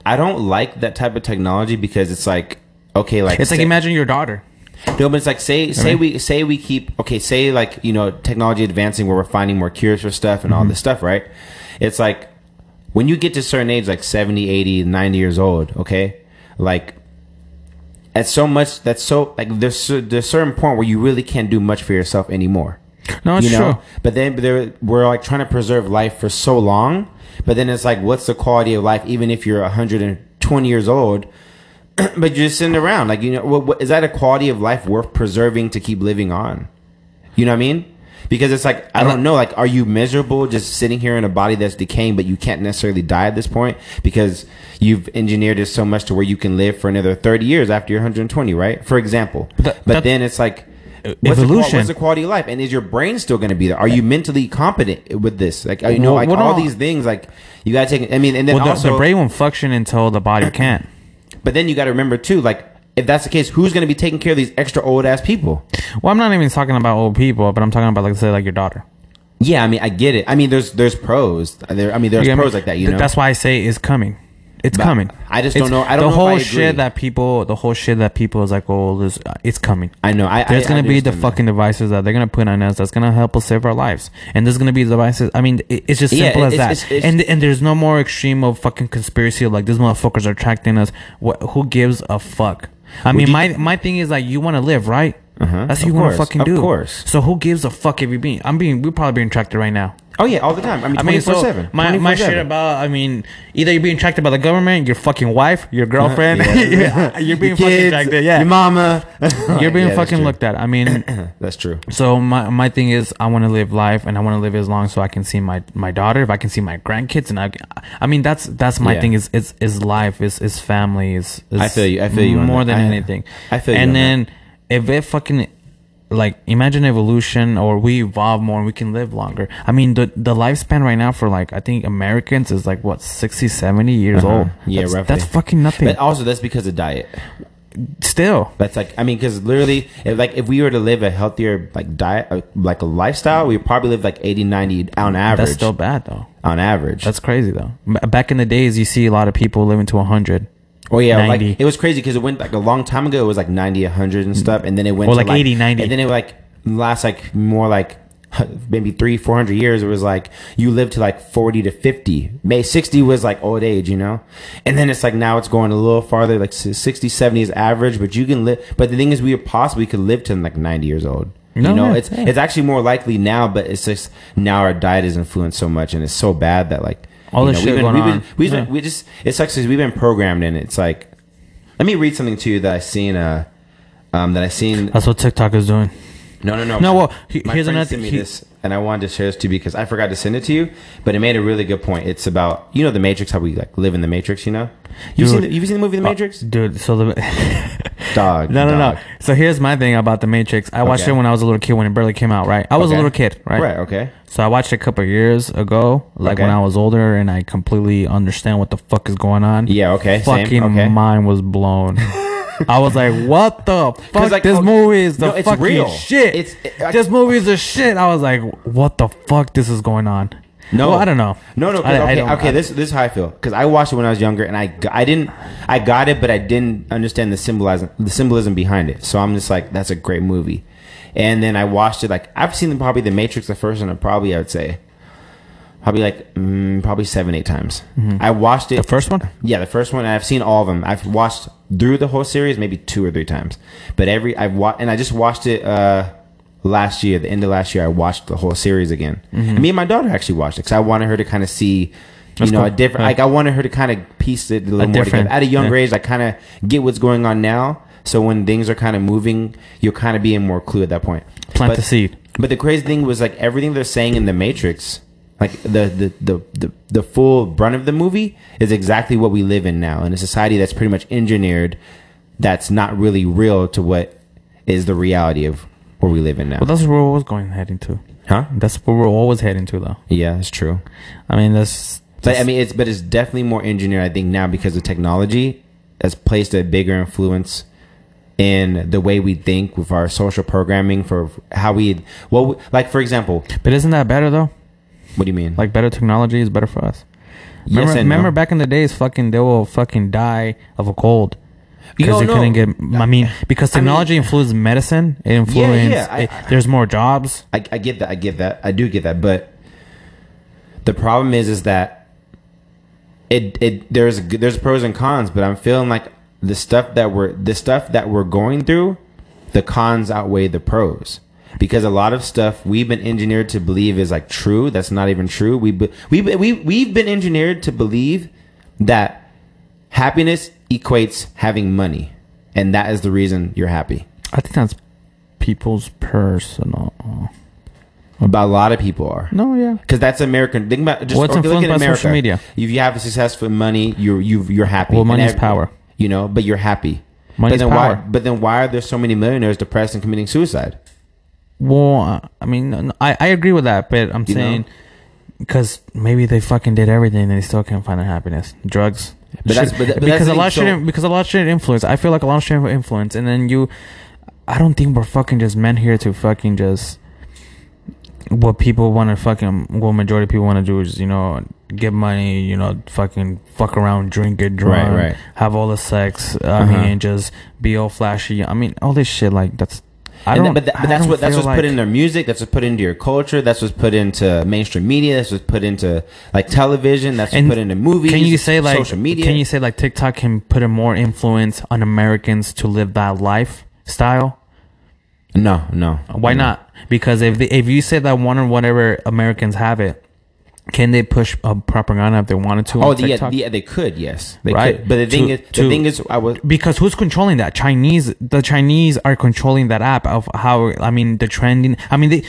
I don't like that type of technology because it's like, okay, like (sighs) It's like say- imagine your daughter. No, but it's like say say we say we keep okay. Say like you know technology advancing where we're finding more cures for stuff and all this stuff, right? It's like when you get to certain age, like 70, 80, 90 years old, okay, like that's so much. That's so like there's cer- there's certain point where you really can't do much for yourself anymore. No, it's you know true. but then but there, we're like trying to preserve life for so long but then it's like what's the quality of life even if you're 120 years old (clears throat) but you're just sitting around like you know what, what, is that a quality of life worth preserving to keep living on you know what i mean because it's like i don't know like are you miserable just sitting here in a body that's decaying but you can't necessarily die at this point because you've engineered it so much to where you can live for another 30 years after you're 120 right for example that- Uh, but that- then it's like What's the qual- evolution. what's the quality of life? And is your brain still going to be there? Are you mentally competent with this? Like you Well, know, like well, all no. these things. Like you got to take. I mean, and then well, the, also, the brain won't function until the body can. but then you got to remember too. Like if that's the case, who's going to be taking care of these extra old ass people? Well, I'm not even talking about old people, but I'm talking about like say like your daughter. Yeah, I mean, I get it. I mean, there's there's pros. There, I mean, there's You get me? pros like that. You Th- know, That's why I say it's coming. It's But coming. I just don't It's- know- I don't the know if whole I shit agree. that people, the whole shit that people is like, oh, this, it's coming. I know. I There's I, gonna I be the understand that. fucking devices that they're gonna put on us that's gonna help us save our lives, and there's gonna be devices. I mean, it- it's just Yeah, simple as it's- that. it's- it's- and and there's no more extreme of fucking conspiracy of like these motherfuckers are attracting us. What? Who gives a fuck? I mean, you- my my thing is like you want to live, right? Uh-huh. That's what Of you want course, to fucking of do. course. So who gives a fuck if you being? I'm being. We're probably being attracted right now. Oh yeah, all the time. I mean, I twenty mean, four so seven. my, my shit about, I mean, either you're being tracked by the government, your fucking wife, (laughs) your girlfriend, (laughs) Yeah. you're being fucking kids, tracked. Yeah, your mama. (laughs) you're being Yeah, that's fucking true. looked at. I mean, That's true. so my, my thing is, I want to live life and I want to live as long so I can see my, my daughter, if I can see my grandkids, and I, I mean, that's that's my Yeah. thing is is is life, is is family, is, is I feel you, I feel you on more that. than I- anything. I feel you And on that. then if it fucking like imagine evolution or we evolve more and we can live longer i mean the the lifespan right now for like i think americans is like what 60 70 years old Uh-huh. Yeah, that's, roughly. that's fucking nothing But uh, also, that's because of diet. still That's like I mean, because literally, if like if we were to live a healthier like diet, uh, like a lifestyle, we probably live like 80, 90 on average. that's still bad though on average. that's crazy though B- back in the days you see a lot of people living to 100 oh yeah, 90. like it was crazy because it went like a long time ago. It was like 90, 100 and stuff, and then it went Or to, like 80, 90. and then it like last like more like (laughs) maybe three, four hundred years. It was like you lived to like forty to fifty. May sixty was like old age, you know, and then it's like now it's going a little farther. Like 60, 70 is average, but you can live. But the thing is, we possibly could live to like ninety years old. No, you know, yeah, it's yeah. it's actually more likely now, but it's just now our diet is influenced so much, and it's so bad that like All you this know, shit we've been, going we've on. been, we've Yeah. been, we just it sucks because we've been programmed in. it. It's like let me read something to you that I seen uh um that I seen that's what tiktok is doing no no no No, well, he- my here's friend another sent me thing. He- this and I wanted to share this to you because I forgot to send it to you but it made a really good point. It's about you know the Matrix how we like live in the Matrix you know you seen Dude. the, you seen the movie The Uh, Matrix dude so the (laughs) dog No, no, dog. no. So here's my thing about the Matrix. I watched Okay. it when I was a little kid when it barely came out, right? I was a Okay. little kid, right? right okay So I watched it a couple of years ago, like Okay. when I was older, and I completely understand what the fuck is going on. yeah okay fucking same okay mind (laughs) was blown. I was like, "What the fuck? like, this oh, movie is the no, it's fucking real. shit. It's- it- I- this movie is a shit." I was like, "What the fuck? This is going on." No, Well, I don't know. No, no. 'cause- I- I okay, don't- okay. I- this this is how I feel because I watched it when I was younger, and I g- I didn't I got it, but I didn't understand the symbolism the symbolism behind it. So I'm just like, that's a great movie. And then I watched it like I've seen probably The Matrix the first one, probably I would say probably like mm, probably seven eight times. I watched it Mm-hmm. the first one. yeah, the first one. and I've seen all of them. I've watched through the whole series maybe two or three times. But every I've watched, and I just watched it uh, last year, the end of last year. I watched the whole series again. And me and my daughter actually watched it because I wanted her to kind of see, you Mm-hmm. That's know, a cool. different. Yeah. Like I wanted her to kind of piece it a little A more different- together. At a younger yeah. age, I kind of get what's going on now. So when things are kind of moving, you'll kind of be in more clue at that point. Plant But- the seed. but the crazy thing was like everything they're saying in the Matrix, like the the the the, the full brunt of the movie is exactly what we live in now in a society that's pretty much engineered, that's not really real to what is the reality of where we live in now. Well, that's where we're always going heading to. huh? That's where we're always heading to, though. Yeah, that's true. I mean, that's. But I mean, it's but it's definitely more engineered. I think now because of technology has placed a bigger influence in the way we think with our social programming for how we well we- like for example But isn't that better though? what do you mean Like better technology is better for us. Yes Remember, and no. remember back in the days, fucking they will fucking die of a cold You because don't they couldn't know. get. I mean, because I mean- technology influences medicine. It influences. I- it- there's more jobs. I, I get that. I get that. I do get that. But the problem is, is that it it there's there's pros and cons. But I'm feeling like the stuff that we're the stuff that we're going through, the cons outweigh the pros because a lot of stuff we've been engineered to believe is like true. That's not even true. We be- we be- we we've been engineered to believe that happiness equates having money, and that is the reason you're happy. I think that's people's personal. But a lot of people are. No, yeah. because that's American. Think about just Well, it's or look at influenced by America. social media. If you have successful money, you're you you're happy. Well, And money's ev- power. You know, but you're happy. Money's but then power. Why, but then why are there so many millionaires depressed and committing suicide? Well, uh, I mean, no- no, I I agree with that, but I'm You know? saying because maybe they fucking did everything and they still can't find their happiness. Drugs. But that's- Shit. but that- but because that's a the lot thing, shouldn't because a lot shouldn't influence. I feel like a lot shouldn't influence, and then you, I don't think we're fucking just meant here to fucking just what people want to fucking what majority of people want to do is you know get money you know fucking fuck around drink get drunk Right, right. have all the sex I Uh-huh. mean just be all flashy I mean all this shit like that's I And don't th- but, th- I but that's don't what that's feel what's like- put in their music. That's what's put into your culture. That's what's put into mainstream media. That's what's put into like television. That's what's And put into movies. Can you say like social media? Can you say like TikTok can put a more influence on Americans to live that lifestyle? no, no. Why not? Because if they, if you say that one or whatever Americans have it, can they push a propaganda if they wanted to? Oh, on the, yeah, TikTok? the- yeah, they could. Yes, they Right. could. But the thing To- is, the to- thing is, I was because who's controlling that chinese the chinese are controlling that app of how i mean the trending i mean they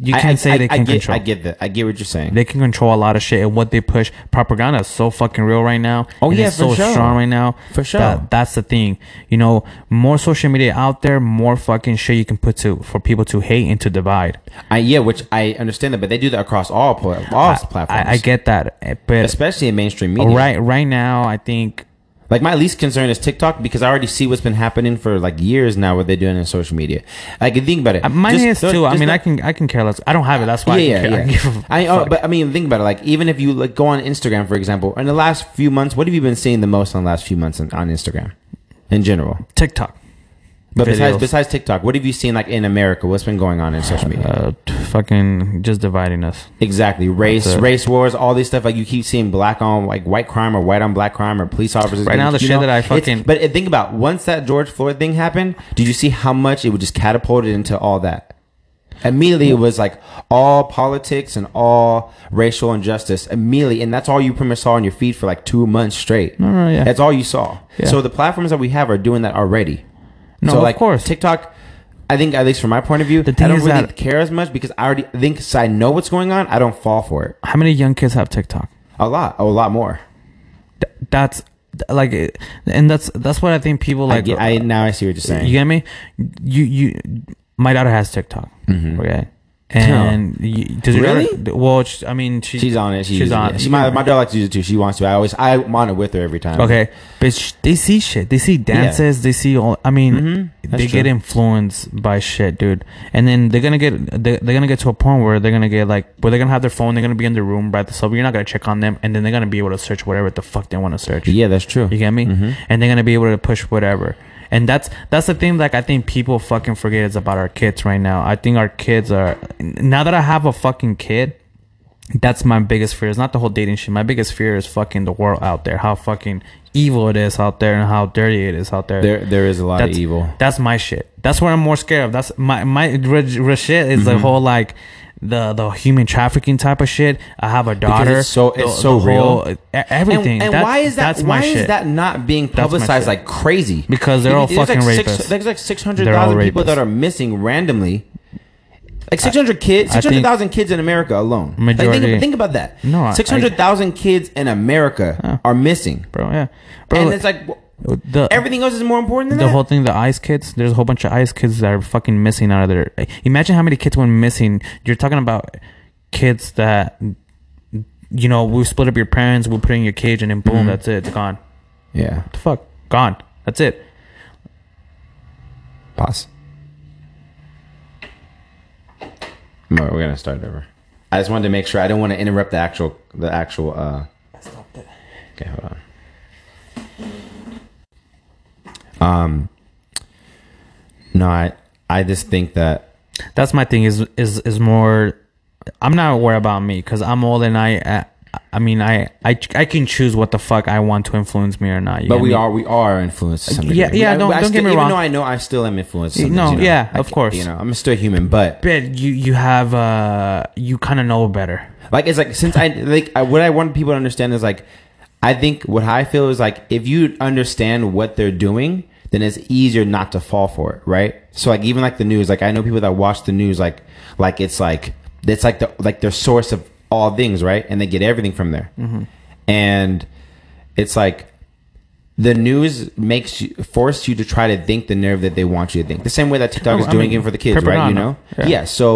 you I- can't I- say I- they I can get, control I get that. I get what you're saying. they can control a lot of shit and what they push. Propaganda is so fucking real right now. Oh, and yeah, it's for so sure. strong right now. For sure. That, that's the thing. You know, more social media out there, more fucking shit you can put to for people to hate and to divide. I, yeah, which I understand that, but they do that across all pla- all platforms. I, I get that, eh, but especially in mainstream media. right right now, I think Like my least concern is TikTok because I already see what's been happening for like years now. What they're doing in social media, I can think about it. uh, mine Just is throw- too. I just mean, throw- I can I can care less. I don't have it. That's why I yeah, can yeah, care. (laughs) I yeah. give a I, oh, fuck. but I mean, think about it. Like, even if you like go on Instagram, for example, in the last few months, what have you been seeing the most in the last few months on, on Instagram, in general? TikTok. But besides Videos. besides TikTok, what have you seen like in America? What's been going on in social media? Uh, t- fucking just dividing us. exactly, race that's it. race wars, all these stuff. Like you keep seeing black on like white crime or white on black crime or police officers. Right now, the you shit that I it's- fucking- But uh, think about once that George Floyd thing happened. Did you see how much it would just catapulted into all that? Immediately, it was like all politics and all racial injustice. Immediately, and that's all you pretty much saw on your feed for like two months straight. no, yeah. That's all you saw. Yeah. So the platforms that we have are doing that already. No, so of like course. TikTok. I think, at least from my point of view, The thing I don't is really that- care as much because I already think so I know what's going on. I don't fall for it How many young kids have TikTok? a lot, a lot more. Th- that's th- like, eh, and that's that's what I think people Like I, like. get- I- now I see what you're saying. You get me? You you. My daughter has TikTok. Mm-hmm. Okay. And you, does your Mm. Really? daughter- well, sh I mean, she, she's on it. She she's on. It. it. She, my, my daughter likes to use it too. She wants to. I always I'm on it with her every time. okay, but sh- they see shit. They see dances. They see all. I mean, Mm-hmm. That's they get true. influenced by shit, dude. And then they're gonna get they, they're gonna get to a point where they're gonna get like where they're gonna have their phone. They're gonna be in their room by themselves. You're not gonna check on them, and then they're gonna be able to search whatever the fuck they want to search. Yeah, that's true. You get me? Mm-hmm. And they're gonna be able to push whatever. And that's that's the thing. Like I think people fucking forget is about our kids right now. I think our kids are now that I have a fucking kid. That's my biggest fear. It's not the whole dating shit. My biggest fear is fucking the world out there. How fucking evil it is out there and how dirty it is out there. There there is a lot that's of evil. That's my shit. That's what I'm more scared of. That's my my real real shit is Mm-hmm. the whole like the the human trafficking type of shit. I have a daughter. it's so- it's The- so the real. whole- e- And, everything. and That's- why is that? That's why my shit. is that not being my publicized shit. like crazy? Because they're all There's fucking like six- rapists. there's like six hundred They're all thousand people rapists. that are missing randomly. Like six hundred kids, I six think- hundred thousand kids in America alone. Like, think, Majority- ab- think about that. No, I- six hundred thousand kids in America are missing, bro. Yeah, bro. and it's like wh- the everything else is more important than the that. whole thing. The ICE kids. There's a whole bunch of ICE kids that are fucking missing out of there. Imagine how many kids went missing. You're talking about kids that you know we split up your parents. We put in your cage, and then boom, Mm-hmm. that's it. It's gone. yeah, The fuck, gone. That's it. pause. No, we're gonna start over. I just wanted to make sure I don't want to interrupt the actual the actual. uh Okay, hold on. Um, no, I I just think that That's my thing. Is is is more. I'm not worried about me because I'm old and I. I I mean, I, I I can choose what the fuck I want to influence me or not. you But get we me? are we are influenced. To some Yeah, degree. yeah, I- don't- I don't get still- me even wrong. though I know I still am influenced. No, sometimes, you know. yeah, I of ca- course. You know, I'm still human, but But you you have uh you kind of know better. like it's like since I like I, what I want people to understand is like I think what I feel is like if you understand what they're doing, then it's easier not to fall for it, right? So like even like the news, like I know people that watch the news, like like it's like it's like the like their source of Mm-hmm. all things, right? And they get everything from there, and it's like the news makes you force you to try to think the nerve that they want you to think. The same way that TikTok Oh, is I doing mean, it for the kids, right? You propaganda. know? Yeah. Yeah. So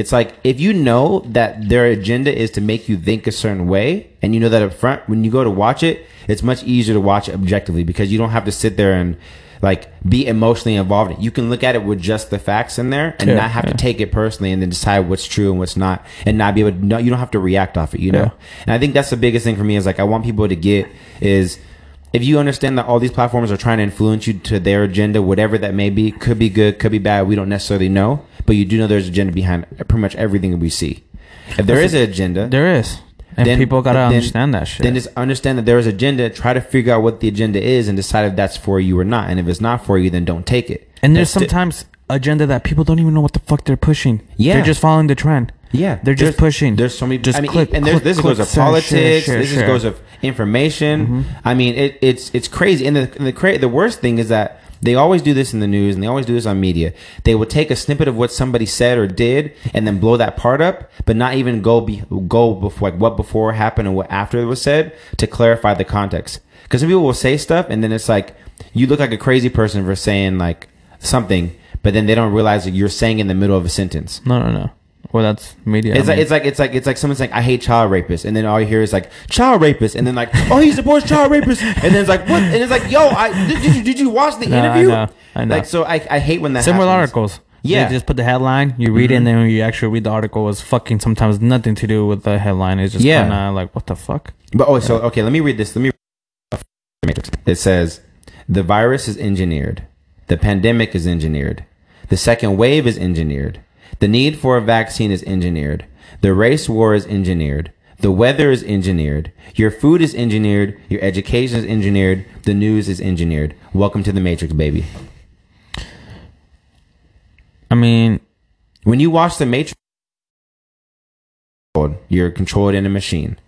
it's like if you know that their agenda is to make you think a certain way and you know that up front, when you go to watch it, it's much easier to watch it objectively because you don't have to sit there and like be emotionally involved in it. You can look at it with just the facts in there and Yeah, not have to yeah. take it personally and then decide what's true and what's not and not be able to no, you don't have to react off it, you know? Yeah. And I think that's the biggest thing for me is like I want people to get is if you understand that all these platforms are trying to influence you to their agenda, whatever that may be, could be good, could be bad, we don't necessarily know, but you do know there's agenda behind pretty much everything that we see. If there is an agenda, There is, and Then- people gotta then- understand that shit. then just understand that there is agenda, try to figure out what the agenda is and decide if that's for you or not. And if it's not for you, then don't take it. and there's That's it. sometimes agenda that people don't even know what the fuck they're pushing. Yeah. they're just following the trend. Yeah, They're just There's- pushing. There's so many. Just I mean, click, and there's, click, this click, goes of share, share, politics. share, this share. just goes of information. Mm-hmm. I mean, it, it's it's crazy. And the and the, cra- the worst thing is that they always do this in the news, and they always do this on media. They will take a snippet of what somebody said or did, and then blow that part up, but not even go be, go before like what before happened and what after it was said to clarify the context. Because some people will say stuff, and then it's like you look like a crazy person for saying like something, but then they don't realize that you're saying in the middle of a sentence. No, no, no. Well, that's media. It's I like, mean, it's like it's like it's like someone's like I hate child rapists, and then all you hear is like child rapists, and then like oh he supports child rapists, and then it's like what? And it's like yo, I did, did, you, did you watch the No, I interview? know, I know. Like so, I, I hate when that similar happens. articles. Yeah. Mm-hmm. they just put the headline, you read it, and then when you actually read the article, it's fucking sometimes nothing to do with the headline. It's just Yeah. kind of like what the fuck. But oh, so okay, let me read this. Let me. It says the virus is engineered, the pandemic is engineered, the second wave is engineered, the need for a vaccine is engineered, the race war is engineered. The weather is engineered. Your food is engineered. Your education is engineered. The news is engineered. Welcome to the Matrix, baby. I mean, When you watch the Matrix, you're controlled in a machine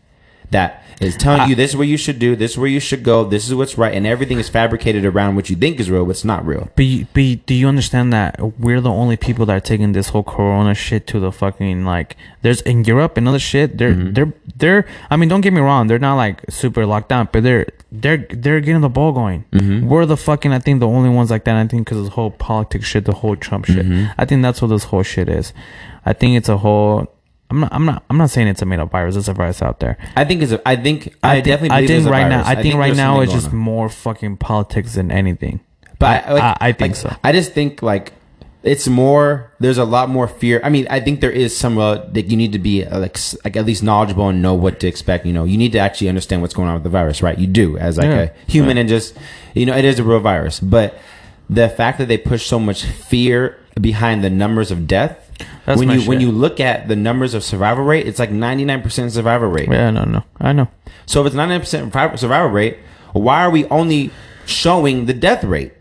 that is telling you this is where you should do, this is where you should go, this is what's right, and everything is fabricated around what you think is real, what's not real. But, you, but you- do you understand that we're the only people that are taking this whole corona shit to the fucking like there's in Europe and other shit they're Mm-hmm. they're they're I mean don't get me wrong they're not like super locked down but they're they're they're getting the ball going Mm-hmm. we're the fucking I think the only ones like that I think because this whole politics shit the whole Trump shit Mm-hmm. I think that's what this whole shit is I think it's a whole I'm not I'm not I'm not saying it's a made up virus it's a virus out there I think is a, I think I, think- definitely believe I think there's a right now virus. I, think, right there's now something it's going just on. more fucking politics than anything but I, like- I, I think like, so I just think like it's more. There's a lot more fear. I mean, I think there is some uh, that you need to be uh, like s- like at least knowledgeable and know what to expect. You know, you need to actually understand what's going on with the virus, right? You do as like Yeah. a human and just you know it is a real virus, but the fact that they push so much fear behind the numbers of death. That's when my you when shit. you look at the numbers of survival rate, it's like ninety nine percent survival rate. yeah no no I know. So if it's 99% survival rate, why are we only showing the death rate?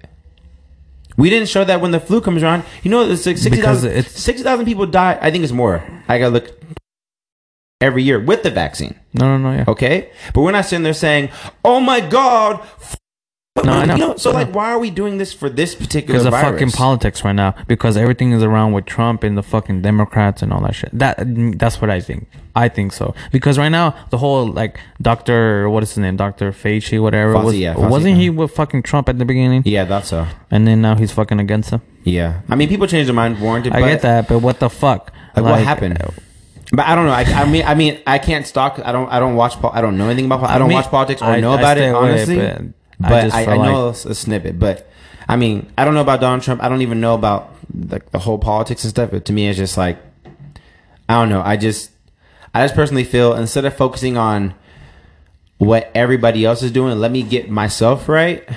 We didn't show that when the flu comes around. You know, it's like Because 60,000 it's- 60,000 people die. I think it's more. I gotta look every year with the vaccine. No, no, no, yeah. Okay, but we're not sitting there saying, "Oh my God." f- No, I know. You know, so I know. like, why are we doing this for this particular Because of virus? fucking politics right now. Because everything is around with Trump and the fucking Democrats and all that shit. That that's what I think. I think so. Because right now the whole like Doctor what is his name, Doctor Fauci, whatever. Fauci, was, yeah, Fauci, wasn't he with fucking Trump at the beginning? yeah, that's so. And then now he's fucking against him. Yeah, I mean, people change their mind, warranted. I but get that, but what the fuck? uh, Like, what happened? But I don't know. I, I mean, I mean, I can't stalk. I don't. I don't watch. po- I don't know anything about. po- I don't Me- watch politics or I- know I about stay it away, honestly. but I but just I, I, feel know a, s- a snippet. But I mean, I don't know about Donald Trump. I don't even know about like the whole politics and stuff. But to me, it's just like I don't know. I just I just personally feel instead of focusing on what everybody else is doing, let me get myself right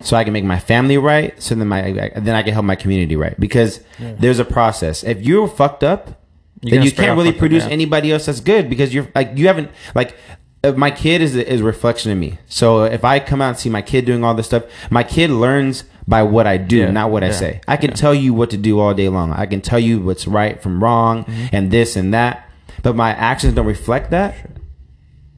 so I can make my family right. So then my then I can help my community right because there's a process. If you're fucked up, then gonna you spread can't out really fucked up, produce yeah. anybody else that's good because you're like you haven't like. uh, My kid is is a reflection of me. So if I come out and see my kid doing all this stuff, my kid learns by what I do, Yeah, not what I yeah. say. I can tell you what to do all day long. I can tell you what's right from wrong Mm-hmm. and this and that, but my actions don't reflect that.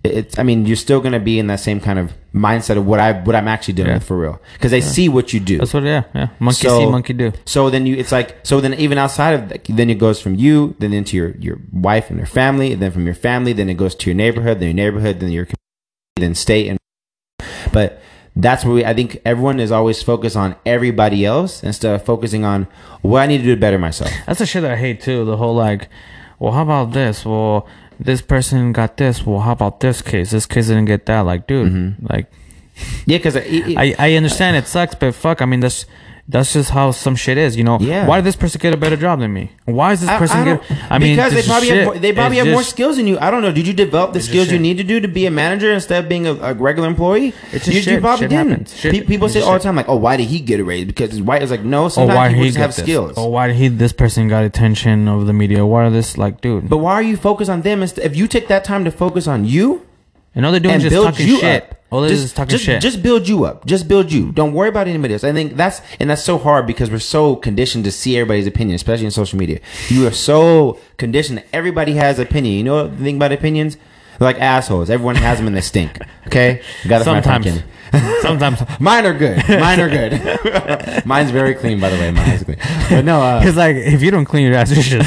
It's I mean, you're still going to be in that same kind of mindset of what I what I'm actually doing Yeah. for real because they see what you do. That's what yeah, yeah. Monkey So- see, monkey do. So then you, it's like, so then even outside of, that, then it goes from you, then into your, your wife and your family, and then from your family, then it goes to your neighborhood, then your neighborhood, then your, community, then state, and, but that's where we, I think everyone is always focused on everybody else instead of focusing on what I need to do to better myself. That's the shit that I hate too. The whole like, well, how about this? Well, this person got this. Well, how about this case? This case didn't get that. Like, dude, like, Mm-hmm. Yeah, because Hmm. I, I understand it sucks, but fuck, I mean that's that's just how some shit is, you know. Yeah. Why did this person get a better job than me? Why is this person don't- get? I mean, because they this probably shit have more, they is probably have more just- skills than you. I don't know. Did you develop the skills you shit. need to do to be a manager instead of being a, a regular employee? It's just you, you shit. probably Shit didn't. happens. Shit. Pe- people It's say just all the shit. time, like, "Oh, why did he get a raise?" Because it's white. It's like no. Oh, Sometimes why people he just got have this? skills. Oh, why he this person got attention of the media? Why this like, dude? But why are you focused on them? inst- If you take that time to focus on you and all they're doing and is just build talking you shit. up, All they just, is talking just, shit. just build you up. Just build you. Don't worry about anybody else. I think that's and that's so hard because we're so conditioned to see everybody's opinion, especially in social media. You are so conditioned that everybody has opinion. You know the thing about opinions? They're like assholes. Everyone has them and they stink. Okay, got it. from my friend sometimes, Kenny. (laughs) sometimes Mine are good. Mine are good. (laughs) Mine's very clean, by the way. Mine's clean. But no, (laughs) uh, (laughs) it's like if you don't clean your ass, (laughs) you should.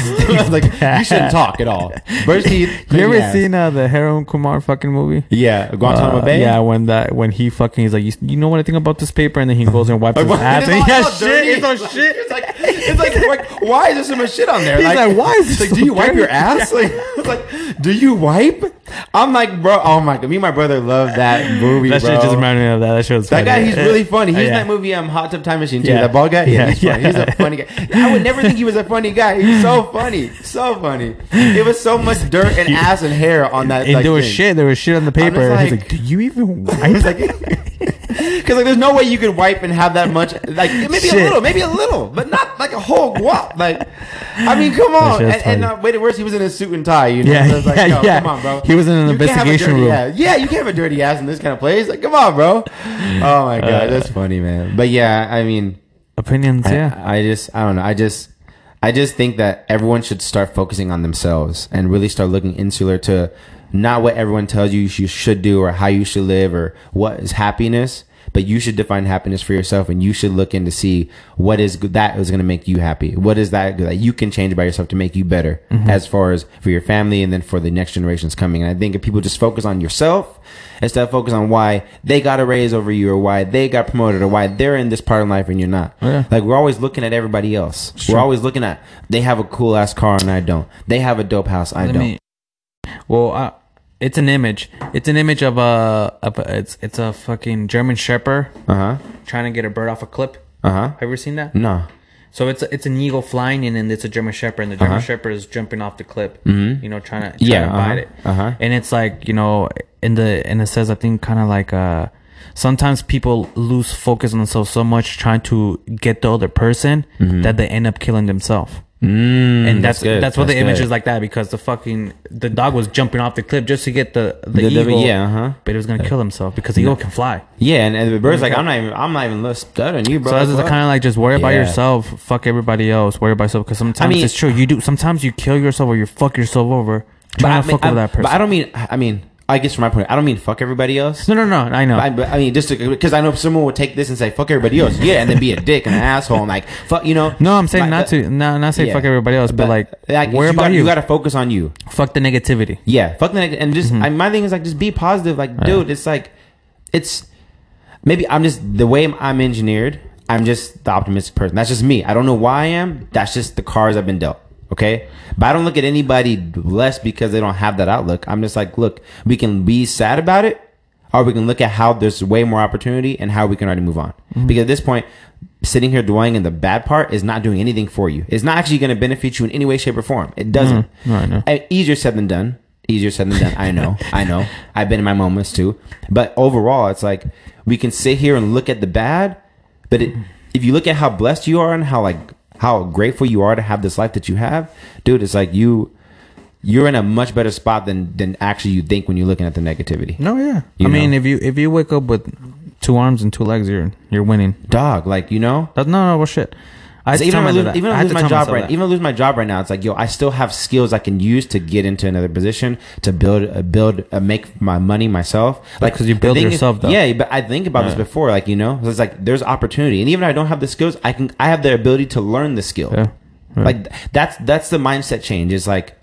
like you shouldn't talk at all. Brush teeth. (laughs) You clean ever your ass. seen uh, the Harold Kumar fucking movie? Yeah, Guantanamo Uh, Bay. Yeah, when that when he fucking he's like, you, you know what I think about this (laughs) paper, and then he goes and wipes his ass. It's (laughs) And all- he it's has all shit. dirty. It's all shit. It's like it's like, like why is there so much shit on there? He's like, why is it's this like, do so you wipe your dirty? ass? Like, it's like, do you wipe? I'm like, bro, oh my god, me and my brother love that movie, That bro. shit just reminded me of that. That shit was that guy, funny. he's really funny. He's in Yeah. that movie, um, Hot Tub Time Machine, too. Yeah. That bald guy, yeah, Yeah, he's, funny. yeah. he's a funny guy. I would never think he was a funny guy. He was so funny, so funny. It was so much dirt (laughs) and ass and hair on that. And like, there was thing. shit. There was shit on the just paper. and he's like- like, do (laughs) you even I wipe? was like, because like, there's no way you could wipe and have that much. Like, maybe a Shit. little, maybe a little, but not like a whole guap. Like, I mean, come on. shit's And, and funny. uh, wait, worse, he was in a suit and tie. You know, Yeah, so it's like, yeah, yo, yeah. come on, bro. He was in an You can't have a investigation dirty room. ass. Yeah, you can't have a dirty ass in this kind of place. Like, come on, (laughs) bro. Oh my god, Uh, that's funny, man. But yeah, I mean, Opinions, yeah. I, I just I don't know. I just I just think that everyone should start focusing on themselves and really start looking insular to not what everyone tells you you should do or how you should live or what is happiness, but you should define happiness for yourself and you should look in to see what is good- that is going to make you happy. What is that that you can change by yourself to make you better as far as for your family and then for the next generations coming. And I think if people just focus on yourself instead of focus on why they got a raise over you or why they got promoted or why they're in this part of life and you're not. Yeah. Like we're always looking at everybody else. We're always looking at they have a cool ass car and I don't. They have a dope house I Let don't. me- well, I, it's an image. It's an image of a, of a it's it's a fucking German Shepherd Uh huh. trying to get a bird off a clip. Uh huh. Have you ever seen that? No. So it's it's an eagle flying in, and it's a German Shepherd, and the German Uh-huh. Mm-hmm. Shepherd is jumping off the clip, you know, trying to trying Yeah, to uh-huh, bite it. uh-huh. And it's like you know, in the and it says I think kind of like uh, sometimes people lose focus on themselves so much trying to get the other person that they end up killing themselves. Mm-hmm. Mm, And that's that's, good. what the That's image good. is like that because the fucking the dog was jumping off the clip just to get the the, The- the- eagle, yeah, uh-huh. but it was gonna kill himself because the eagle can fly. Yeah, and, and the bird's like I'm not even I'm not even look- studying you, bro. So that's the What? kind of like just worry about Yeah. yourself. Fuck everybody else. Worry about yourself because sometimes mean- it's true. You do sometimes you kill yourself or you fuck yourself over trying I to mean- fuck over I- that person. But I don't mean I mean I guess from my point I don't mean fuck everybody else. no, no, no. I know. I, but, I mean, just because I know someone would take this and say "fuck everybody else," yeah, and then be a dick and an asshole and like fuck, you know. (laughs) no, I'm saying Like, not the- to. No, not say yeah. fuck everybody else, but, like, worry you about gotta, you. You got to focus on you. fuck the negativity. Yeah, fuck the negative. And just I, my thing is like, just be positive. Like, dude, it's like, it's maybe I'm just the way I'm, I'm engineered. I'm just the optimistic person. That's just me. I don't know why I am. That's just the cards I've been dealt. Okay, but I don't look at anybody less because they don't have that outlook. I'm just like, look, we can be sad about it, or we can look at how there's way more opportunity and how we can already move on. Because at this point, sitting here dwelling in the bad part is not doing anything for you. It's not actually going to benefit you in any way, shape, or form. It doesn't. Mm, No, I know. I- easier said than done. Easier said than done. I know. I know. I've been in my moments too. But overall, it's like we can sit here and look at the bad, but it, if you look at how blessed you are and how like how grateful you are to have this life that you have, dude, it's like you you're in a much better spot than than actually you think when you're looking at the negativity. No, yeah. You I mean, know. if you if you wake up with two arms and two legs, you're you're winning. Dog, like you know, That's no, no, well, shit. I had So to even tell if I lose, myself that. even if I I had lose to my tell job myself right, that. even if I lose my job right now, it's like yo, I still have skills I can use to get into another position to build, uh, build, uh, make my money myself. Like 'cause you the build thing is- yourself, though. Yeah, but I think about this before, like you know, so it's like there's opportunity, and even if I don't have the skills, I can, I have the ability to learn the skill. Yeah. Like that's that's the mindset change. It's like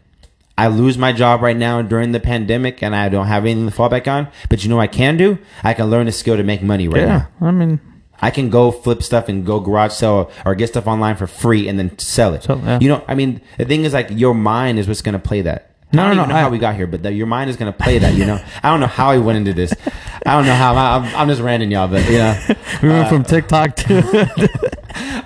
I lose my job right now during the pandemic and I don't have anything to fall back on. But you know what I can do? I can learn a skill to make money right now. Yeah, I mean, I can go flip stuff and go garage sell or get stuff online for free and then sell it. Sell- yeah. You know, I mean, the thing is like your mind is what's going to play that. No, I don't no, even no, know how I- we got here, but the, your mind is going to play that. (laughs) You know, I don't know how I went into this. I don't know how. I, I'm, I'm just ranting y'all, but you (laughs) know, we Uh, went from TikTok to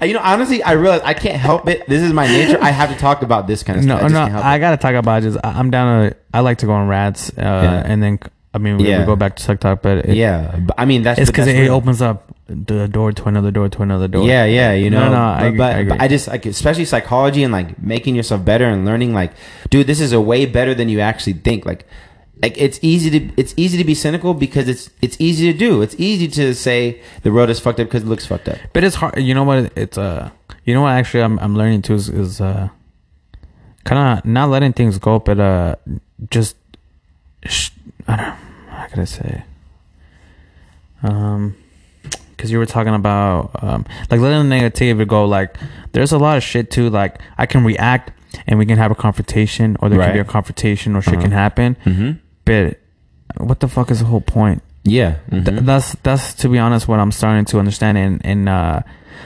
you know. Honestly, I realize I can't help it. This is my nature. I have to talk about this kind of no, stuff. I just no. can't help I gotta talk about just I- I'm down to. I like to go on rats, uh, and then I mean we, we Yeah. go back to TikTok, but it. it, yeah, but, I mean that's it's but because that's it, real. opens up the door to another door to another door. Yeah, yeah, you know. No, no, I- but, but- I agree. but I just like especially psychology and like making yourself better and learning like, dude, this is a way better than you actually think. Like like it's easy to it's easy to be cynical because it's it's easy to do. It's easy to say the road is fucked up because it looks fucked up. But it's hard. You know what? It's uh, you know what? Actually, I'm I'm learning too is, is uh, kind of not letting things go, but uh, just sh- I don't. How can I say? Um, because you were talking about um, like letting the negativity go. Like, there's a lot of shit too. Like, I can react, and we can have a confrontation, or there Right. can be a confrontation, or shit Uh-huh. can happen. Mm-hmm. But what the fuck is the whole point? Yeah. Th- that's that's to be honest what I'm starting to understand and and uh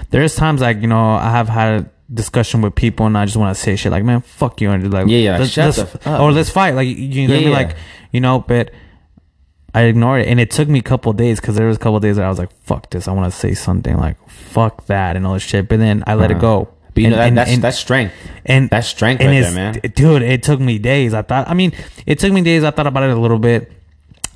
there's times like you know I have had a discussion with people and I just want to say shit like man fuck you and just like Yeah, yeah, let's, shut let's- the f- up. or let's fight like you you Yeah, know what I mean? yeah. like you know but I ignored it and it took me a couple of days because there was a couple of days that I was like fuck this I want to say something like fuck that and all this shit but then I let it Uh-huh. go But you know And- that, and- that's and- that's strength. and That's strength and right it's, there, man. dude, it took me days. I thought, I mean, it took me days. I thought about it a little bit.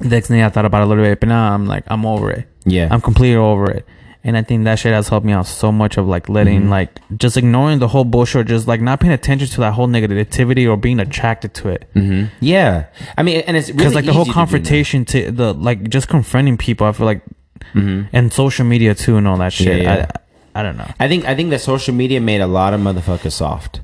Next thing I thought about it a little bit, but now I'm like, I'm over it. Yeah. I'm completely over it. And I think that shit has helped me out so much of like letting, Mm-hmm. like, just ignoring the whole bullshit, or just like not paying attention to that whole negativity or being attracted to it. Because Mhm. Yeah. I mean, and it's really like the whole easy to do now. confrontation to the like just confronting people, I feel like, Mhm. and social media too, and all that shit. Yeah, yeah. I, I don't know. I think I think that social media made a lot of motherfuckers soft.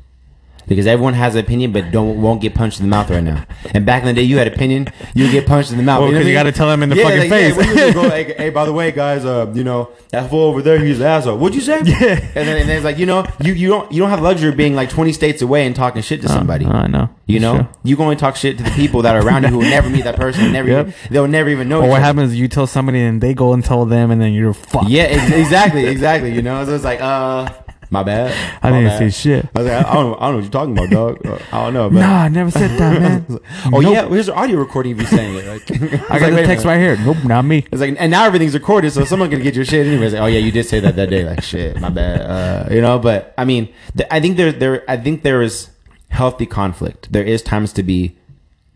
Because everyone has an opinion, but don't won't get punched in the mouth right now. And back in the day, you had opinion, you get punched in the mouth. Well, know 'cause what you I mean? gotta tell them in the Yeah, fucking like, face. Yeah, when you go, (laughs) like, hey, by the way, guys, uh, you know that fool over there, he's an asshole. What'd you say? Yeah. And then, and then it's like, you know, you, you don't you don't have the luxury of being like twenty states away and talking (laughs) shit to somebody. Uh, I know. you know, Sure. you go and talk shit to the people that are around you who will never meet that person. Never, Yep. even- they'll never even know. Or each Oh, what other. happens is you tell somebody and they go and tell them, and then you're fucked. Yeah, ex- exactly, exactly. You know, so it's like, uh, my bad. I My didn't bad. say shit. I was like, I don't, know, I don't know what you're talking about, dog. Uh, I don't know. But, Nah, I never said (laughs) that, man. oh Nope. yeah, well, here's an audio recording of you saying it. (laughs) Like, I got like, the text right here. Nope, not me. It's like, and now everything's recorded, so someone can get your shit anyways. Like, oh yeah, you did say that that day. Like, shit, my bad. Uh, you know, but I mean, th- I think there, there, I think there is healthy conflict. There is times to be.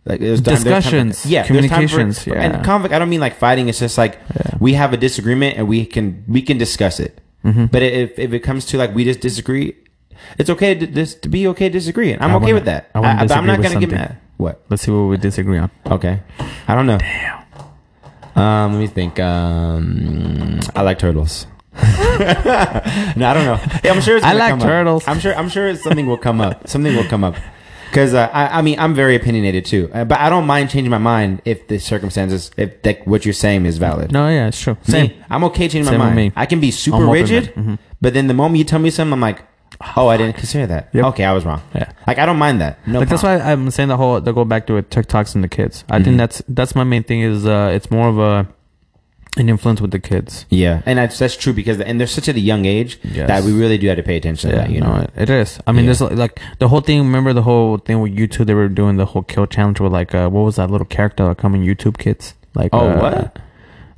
Like there's time- there's time- Discussions, yeah, there's time for- communications, yeah. and conflict. I don't mean like fighting. It's just like we have a disagreement and we can we can discuss it. Mm-hmm. But if if it comes to like we just disagree, it's okay to dis- to be okay to disagree, and I'm I okay wanna- with that. I wanna but I'm disagree not with gonna get something. mad. What? Let's see what we disagree on. Okay, I don't know. Damn. Um, let me think. Um, I like turtles. (laughs) no, I don't know. Yeah, I'm sure. It's I gonna like come up. turtles. I'm sure. I'm sure it's something will come up. Something will come up. Because uh, I, I mean, I'm very opinionated too, uh, but I don't mind changing my mind if the circumstances, if like what you're saying is valid. No, yeah, it's true. Me, Same. I'm okay changing Same my with mind. me. I can be super I'm open rigid, minded. Mhm. but then the moment you tell me something, I'm like, oh, I didn't consider that. Yep. Okay, I was wrong. Yeah. Like I don't mind that. No, like that's problem. Mm-hmm. why I'm saying the whole the go back to it TikToks and the kids. I think that's that's my main thing is uh it's more of a an influence with the kids. Yeah, and that's that's true because and they're such at a young age Yes. that we really do have to pay attention to that. You know, no, it is. I mean, Yeah. there's like the whole thing. Remember the whole thing with YouTube? They were doing the whole kill challenge with like uh, what was that little character that come in YouTube Kids? Like Oh, uh, what?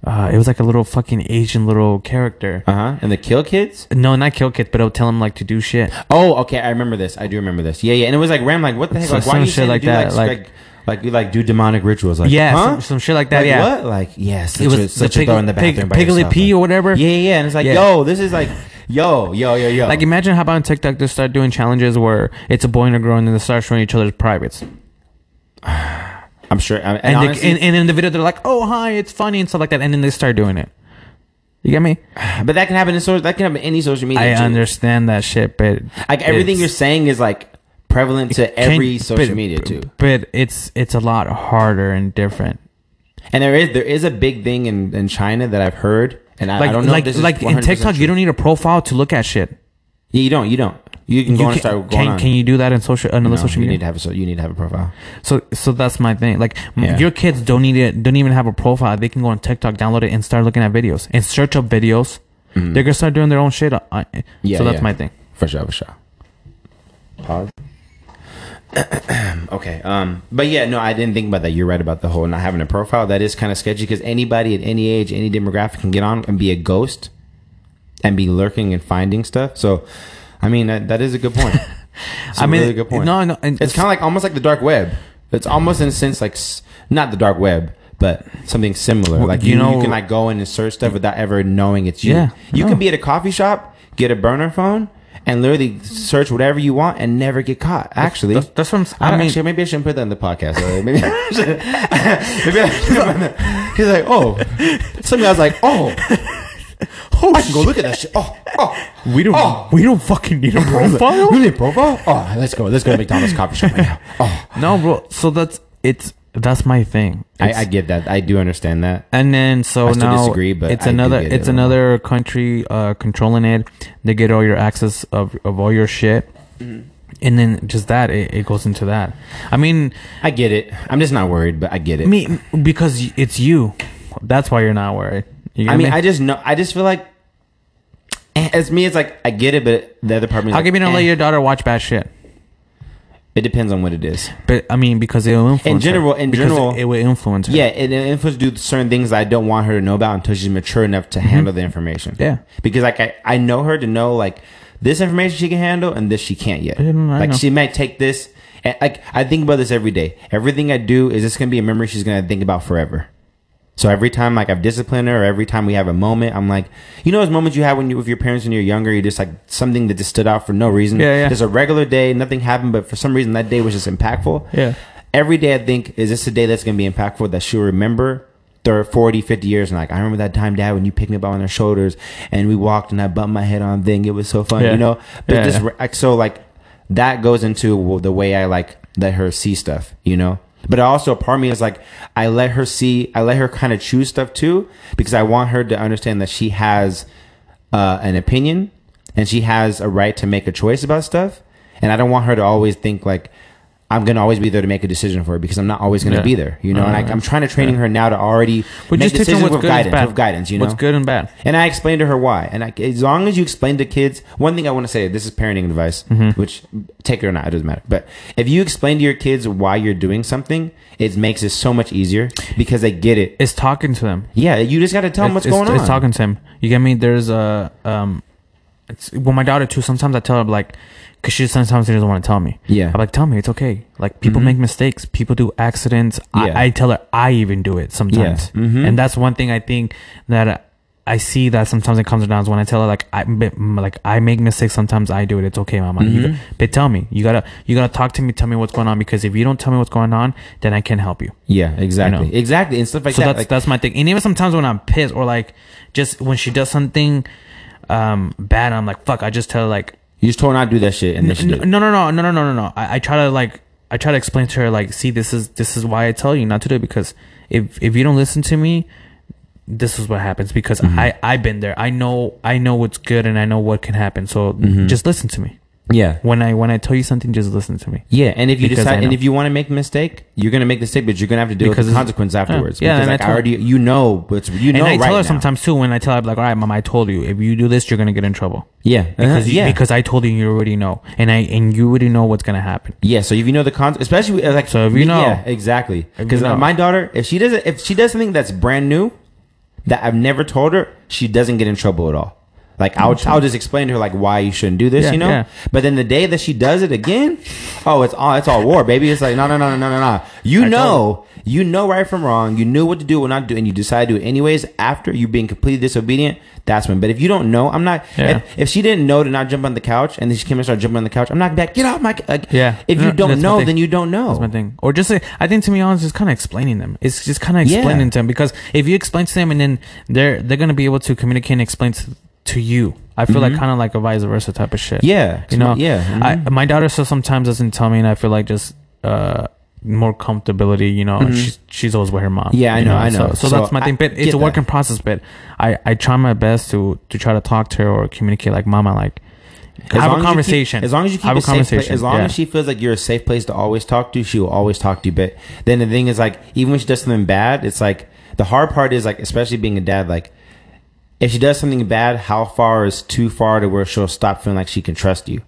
Uh, it was like a little fucking Asian little character. uh huh. And the kill kids. No, not kill kids, but it'll tell him like to do shit. Oh, okay, I remember this. I do remember this. Yeah, yeah. And it was like Ram, like what the heck? So- Like why some are you shit saying like like do that, like like- like, like you like do demonic rituals? Like yeah, huh? some, some shit like that. yeah, Like, what? Like yeah, such it was a, the such pig, a throw in the pig, bathroom by piglet yourself. pee or whatever. Like, yeah, yeah, yeah. And it's like Yeah. yo, this is like yo, yo, yo, yo. Like imagine how about on TikTok they start doing challenges where it's a boy and a girl and then they start showing each other's privates. I'm sure. I, and And, they- honestly, and, and in the video they're like, oh hi, it's funny and stuff like that, and then they start doing it. You get me? (sighs) but that can happen in social. That can happen in any social media. I too. understand that shit, but Like everything it's- you're saying is like prevalent to can- every social but- media too. But it's it's a lot harder and different. And there is there is a big thing in, in China that I've heard, and I, Like I don't know. like if this like is in TikTok, you don't. don't need a profile to look at shit. Yeah, you don't. You don't. You can go You and can, start going can, on. can you do that in social another No, social you media? need to have a so you need to have a profile. So so that's my thing. Like m Yeah. your kids don't need it, don't even have a profile. They can go on TikTok, download it, and start looking at videos and search up videos. They're gonna start doing their own shit. I- I- Mm-hmm. Yeah, so that's yeah. my thing. For sure, for sure. Pause. (clears throat) okay. Um. But yeah, no, I didn't think about that. You're right about the whole not having a profile. That is kind of sketchy because anybody at any age, any demographic can get on and be a ghost, and be lurking and finding stuff. So, I mean, that, that is a good (laughs) point. It's a I mean, really good point. no, no, and it's kind of like almost like the dark web. It's almost in a sense like s- not the dark web, but something similar. Well, Like you, you you know- can like go in and search stuff without ever knowing it's you. Yeah, you no. can be at a coffee shop, get a burner phone, and literally search whatever you want and never get caught. Actually. that's, that's what I'm. s- I, I don't mean, actually, maybe I shouldn't put that in the podcast. uh, Maybe, (laughs) I should- (laughs) maybe I shouldn't put that- He's like, oh, something. I was like, oh, oh, I can go look at that shit. Oh, oh, shit, we don't, oh. we don't fucking (laughs) need a You profile. need a profile? Oh, let's go. Let's go to McDonald's coffee shop right now. Oh, no, bro. So that's it's that's my thing. I, It's- I get that. I do understand that. and then so I still now disagree, but it's I do another get it's it. another country uh, controlling it. They get all your access of, of all your shit, Mm-hmm. and then just that it, it goes into that. I mean, I get it. I'm just not worried, but I get it. me because y- it's you. That's why you're not worried. You get I mean, me? I just know. I just feel like eh, it's me. It's like I get it, but the other part of me. is how like, can you not eh. let your daughter watch bad shit? It depends on what it is. But I mean, because it will influence. her. general- in Because general- it, will influence. Her. Yeah, it it influence do certain things that I don't want her to know about until she's mature enough to handle the information. Mm-hmm. Yeah. because like I, I know her to know like this information she can handle and this she can't yet. Yeah, no, I like know. she might take this. And like I think about this every day. Everything I do is this gonna be a memory she's gonna think about forever. So every time like I've disciplined her, or every time we have a moment, I'm like, you know, those moments you have when you with your parents when you're younger, you just like something that just stood out for no reason. Yeah, yeah. Just a regular day, nothing happened, but for some reason that day was just impactful. Yeah. Every day I think, is this a day that's going to be impactful that she'll remember 30, 40, 50 years? And like, I remember that time, Dad, when you picked me up on their shoulders and we walked and I bumped my head on thing. It was so fun, Yeah. you know? But Yeah, just yeah. like, so like that goes into the way I like let her see stuff, you know. But also, part of me is like I let her see, I let her kind of choose stuff too, because I want her to understand that she has uh, an opinion and she has a right to make a choice about stuff, and I don't want her to always think like I'm gonna always be there to make a decision for her because I'm not always gonna Yeah. Uh-huh. be there, you know. and I, I'm trying to training her now to already But make just take decisions from what's with good and guidance, bad. with guidance, you know. what's good and bad. And I explained to her why. And I, as long as you explain to kids, one thing I want to say, this is parenting advice, Mm-hmm. which take it or not, it doesn't matter. But if you explain to your kids why you're doing something, it makes it so much easier because they get it. It's talking to them. Yeah, you just got to tell them what's It's- it's, going on. It's talking to him. You get me? There's a um, it's well, my daughter too. Sometimes I tell her like, cause she sometimes she doesn't want to tell me. Yeah. Mm-hmm. I'm like, tell me it's okay. Like people make mistakes. People do accidents. Yeah. I, I tell her I even do it sometimes. Mhm. And that's one thing I think that. I see that sometimes it comes down is when I tell her like I like I make mistakes sometimes I do it it's okay mama You Mm-hmm. go- but tell me you gotta you gotta talk to me tell me what's going on because if you don't tell me what's going on then I can't help you yeah, exactly. You know. Exactly. And stuff like so that. that's like, that's my thing. And even sometimes when I'm pissed or like just when she does something um bad, I'm like, fuck, I just tell her like you just told her not to do that shit. And then she no did. it. no no no no no no no. I, I try to like I try to explain to her like, see this is this is why I tell you not to do it because if if you don't listen to me this is what happens because Mm-hmm. I I've been there. I know I know what's good and I know what can happen. So Mm-hmm. just listen to me. yeah. When I when I tell you something, just listen to me. Yeah, and if you Because I decide, and know. if you want to make a mistake, you're gonna make the mistake, but you're gonna have to deal Because with the it's- consequence afterwards. Yeah, because and I like, I told- already, you know, what's you know, and I right tell her now. sometimes too when I tell her I'm like, all right, mom, I told you if you do this, you're gonna get in trouble. yeah, because uh-huh, you, yeah. because I told you you already know, and I and you already know what's gonna happen. Yeah, so if you know the con, especially uh, like So if you know. yeah, exactly. If Because you know. my daughter, if she doesn't, if she does something that's brand new that I've never told her, she doesn't get in trouble at all. Like I'll, I'll just explain to her like why you shouldn't do this, Mm-hmm. Yeah, you know. yeah. But then the day that she does it again, oh, it's all it's all war, baby. It's like no, no, no, no, no, no, no. You I told know, you know right from wrong. You knew what to do, what not to do, and you decide to do it anyways. After you being completely disobedient, that's when. But if you don't know, I'm not. Yeah. If, if she didn't know to not jump on the couch, and then she came and started jumping on the couch, I'm not gonna be like, get off my. c-" Like, Yeah. if you No, don't that's my know, thing. then you don't know. That's my thing. Or just like, I think to be honest, just kind of explaining them. It's just kind of Yeah. explaining to them because if you explain to them and then they're they're gonna be able to communicate and explain to, to you. I feel Mm-hmm. like kind of like a vice versa type of shit. Yeah. you know. Yeah. Mm-hmm. I, my daughter still sometimes doesn't tell me, and I feel like just uh more comfortability. You know, she's she's always with her mom. Mm-hmm. Yeah, I you know, I know. So, so So that's my I thing. But get it's a work that. in process. But I I try my best to to try to talk to her or communicate like, mama, like As Have long a as you keep- conversation. as long as you keep Have a a safe pla- conversation, as long yeah. as she feels like you're a safe place to always talk to, she will always talk to you. But then the thing is, like, even when she does something bad, it's like the hard part is like, especially being a dad, like, if she does something bad, how far is too far to where she'll stop feeling like she can trust you?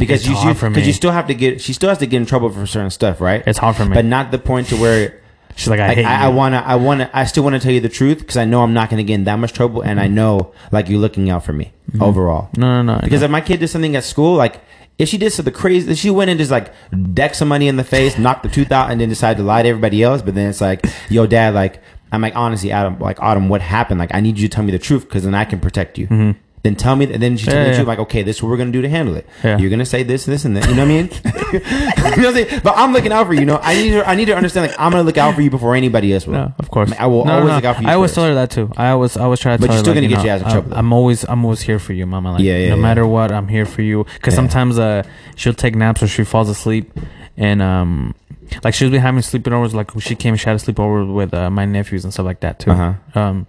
Because It's you, hard for because me. you still have to get, she still has to get in trouble for certain stuff, right? It's hard for me. but not the point to where She's like, I like hate I, you. I wanna, I wanna, I still wanna tell you the truth because I know I'm not gonna get in that much trouble, and I Mm-hmm. know like you're looking out for me overall. no, no, no. Because no. if my kid did something at school, like if she did so the crazy, if she went and just like decked somebody in the face, knocked the tooth out, and then decided to lie to everybody else, but then it's like, yo, dad, like I'm like honestly, Adam, like Autumn, what happened? Like I need you to tell me the truth because then I can protect you. Then tell me, and then she told me Mm-hmm. Yeah, the yeah. truth. Like, okay, this is what we're gonna do to handle it. Yeah. You're gonna say this, this, and that. You know what I mean? (laughs) you know what I'm saying? But I'm looking out for you. You know, I need her. I need her to understand. Like, I'm gonna look out for you before anybody else will. No, of course. Like, I will No, no, always no. look out for you. I always first. tell her that too. I always, I always try to. But tell you're her, still like, gonna you get know, your ass in I- trouble. I'm always, I'm always here for you, Mama. Like, Yeah, yeah, no yeah. matter what, I'm here for you. Because Yeah. sometimes, uh, she'll take naps or she falls asleep, and um, like she'll be having sleepovers. Like she came, she had a sleepover with uh, my nephews and stuff like that too. Uh-huh. Um.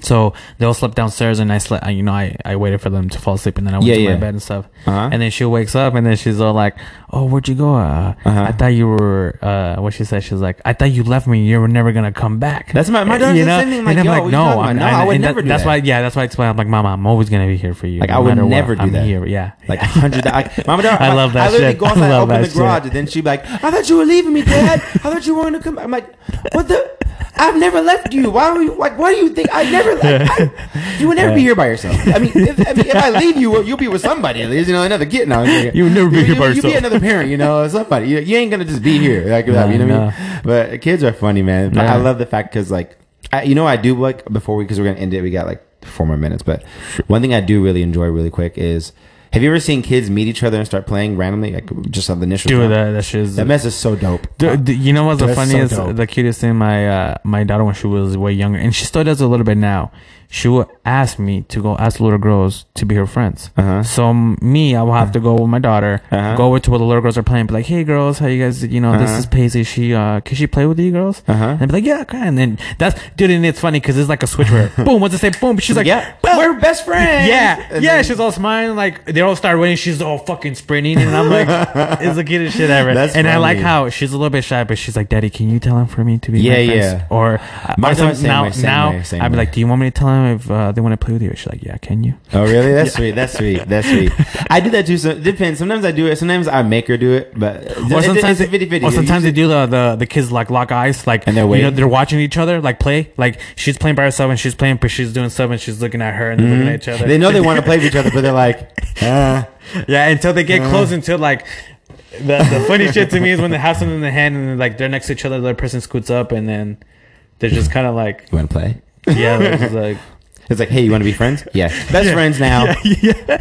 So they all slept downstairs, and I slept. I- You know, I, I waited for them to fall asleep, and then I went Yeah, to yeah. my bed and stuff. Uh-huh. And then she wakes up, and then she's all like, "Oh, where'd you go? Uh, Uh-huh. I thought you were." Uh, what she said, she's like, "I thought you left me. You were never gonna come back." That's my- my daughter's You the know? same thing, And like, I'm yo, like, what you no, talking about? I'm- No, I would and never do That's that. why, yeah, that's why I explain. I'm like, Mama, I'm always gonna be here for you. Like, no I would matter what. never do I'm that. Here, yeah. Like a hundred, like Mama Dara, (laughs) I like, love that I literally shit. go outside, (laughs) I love open that the garage, shit. and then she'd be like, "I thought you were leaving me, Dad. I thought you were going to come." I'm like, "What the? I've never left you. Why were you like? Why do you think I never? Like, (laughs) I, you would never be here by yourself. I mean, if, I mean, if I leave you, you'll be with somebody. at least, You know, another kid. No, (laughs) You would never be here by You'll be yourself. another parent. You know, somebody. You, you ain't gonna just be here like that. No, You know what I no. mean? But kids are funny, man. But I Yeah. love the fact because like, I, you know, I do like before we because we're gonna end it. We got like four more minutes, but one thing I do really enjoy really quick is. Have you ever seen kids meet each other and start playing randomly, like just on the initial? Dude, sound? that that shit is. That mess is so dope. Dude, d- you know what's the That's so funniest, dope. the cutest thing? My uh, my daughter when she was way younger, and she still does a little bit now. She would ask me to go ask little girls to be her friends. Uh-huh. So m- me, I will have to go with my daughter, Uh-huh. go over to where the little girls are playing, be like, "Hey girls, how you guys? You know, this Uh-huh. is Paisley. She uh, can she play with you girls?" Uh-huh. And be like, "Yeah, okay." And then that's dude, and it's funny because it's like a (laughs) switch where boom, once I say boom, she's like, yeah, "Well, we're best friends. (laughs) yeah, And yeah, then- she's all smiling. Like they all start winning. She's all fucking sprinting, and I'm (laughs) like, it's the cutest shit ever. That's and I like funny. how she's a little bit shy, but she's like, "Daddy, can you tell him for me to be Yeah, my yeah. friends?" Or, My or some- daughter's same now, way, same now way, same I'd be way. like, "Do you want me to tell him if uh, they want to play with you?" She's like, "Yeah, can you?" Oh, really? (laughs) That's sweet. That's sweet. That's sweet. I do that too. So it depends. Sometimes I do it. Sometimes I make her do it. But Or it's- sometimes, it's a 50-50. or sometimes they do the, the the kids like lock eyes, like And they're you know waiting. they're watching each other, like play, like she's playing by herself and she's playing, but she's doing stuff and she's looking at her and they're looking at each other. They know they want to play with each other, but they're (laughs) like, ah. Yeah, until they Uh-huh. get close until like the, the funny shit to me is when they have something in the hand and like they're next to each other, the other person scoots up and then they're just kind of like you want to play? yeah, they're (laughs) just like It's like, hey, you want to be friends? (laughs) Yes, best friends now.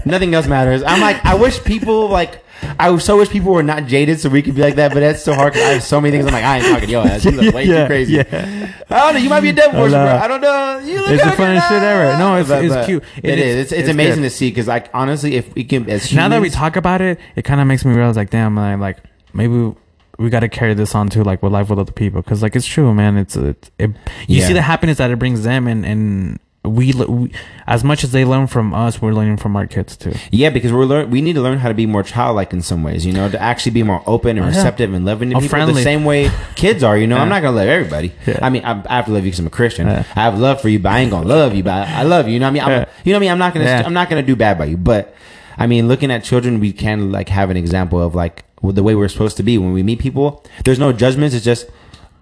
Nothing else matters. I'm like, I wish people like. I so wish people were not jaded so we could be like that, but that's so hard. 'cause I have so many things. I'm like, I ain't talking to your ass. You look (laughs) way Yeah, too crazy. yeah. I don't know. You might be a devil worshiper. know. I don't know. You look It's the good, funniest nah. shit ever. No, it's- But- it's but cute. It it is. is. It's, it's, It's amazing good. to see because, like, honestly, if we can, as humans, now that we talk about it, it kind of makes me realize like damn, like, like maybe. We, got to carry this on too, like with life with other people, because like it's true, man. It's it. it you Yeah. see the happiness that it brings them, and and we, le- we, as much as they learn from us, we're learning from our kids too. yeah, because we're learn we need to learn how to be more childlike in some ways. You know, to actually be more open and Yeah. receptive and loving to Or people the friendly. same (laughs) way kids are. You know, I'm Yeah. not gonna love everybody. Yeah. I mean, I, I have to love you because I'm a Christian. Yeah. I have love for you, but I ain't gonna love you. But I I love you. You know what I mean? I'm, Yeah. You know what I mean? I'm not gonna. Yeah. I'm not gonna do bad by you, but. I mean, looking at children, we can like have an example of like the way we're supposed to be when we meet people. There's no judgments. It's just,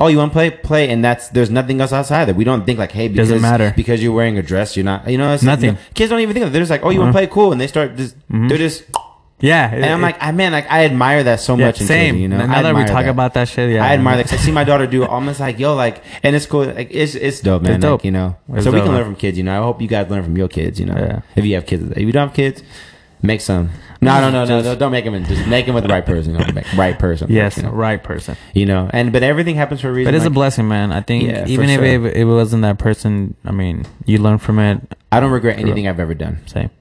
oh, you want to play, play, and that's there's nothing else outside that we don't think like, hey, because, Doesn't matter. because you're wearing a dress, you're not, you know, it's Nothing. Uh-huh. Mm-hmm. kids don't even think of it. They're just like, oh, you want to play cool, and they start just they're just. Yeah, And I'm like, I man, like I admire that so much. In same. children, you know, now I that we admire talk about that shit, yeah, I admire that 'cause (laughs) I see my daughter do it almost like yo, like, and it's cool. Like, it's it's dope, man. It's dope. Like, you know, It's so we dope, can learn man. from kids. You know, I hope you guys learn from your kids. You know, Yeah. if you have kids, if you don't have kids, make some. No, no, no, no, no, don't make them. In, just make them with the right person. You know, make- right person. Yes, you know, right person. you know, and but everything happens for a reason. But it's a like, blessing, man. I think Yeah, even for if sure. it, it wasn't that person, I mean, you learn from it. I don't regret anything I've ever done. Same.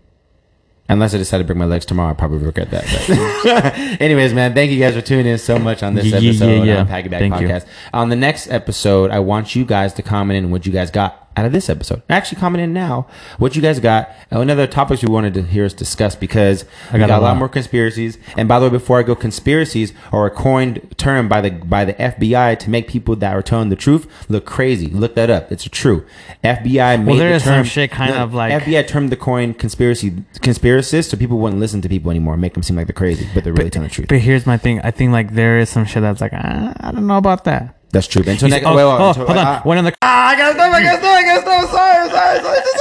Unless I decide to break my legs tomorrow, I probably regret that. But (laughs) anyways, man, thank you guys for tuning in so much on this Yeah, yeah, episode yeah. on Pack It Back Thank you. Podcast. On the next episode, I want you guys to comment in what you guys got. out of this episode. Actually, comment in now what you guys got and another topics you wanted to hear us discuss because I got, got a a lot, lot. more conspiracies. And by the way, before I go, conspiracies are a coined term by the by the FBI to make people that are telling the truth look crazy. Look that up; it's true. FBI made Well, there the is some term- shit kind no, of like- FBI termed the coin conspiracy conspiracist, so people wouldn't listen to people anymore, make them seem like they're crazy, but they're really telling the truth. But here's my thing. I think like there is some shit that's like ah, I don't know about that. That's true. Until He's- next, oh, wait, wait, oh, until- hold on. ah, One on the Ah, I gotta stop. I gotta stop. I gotta stop. Sorry, sorry, sorry.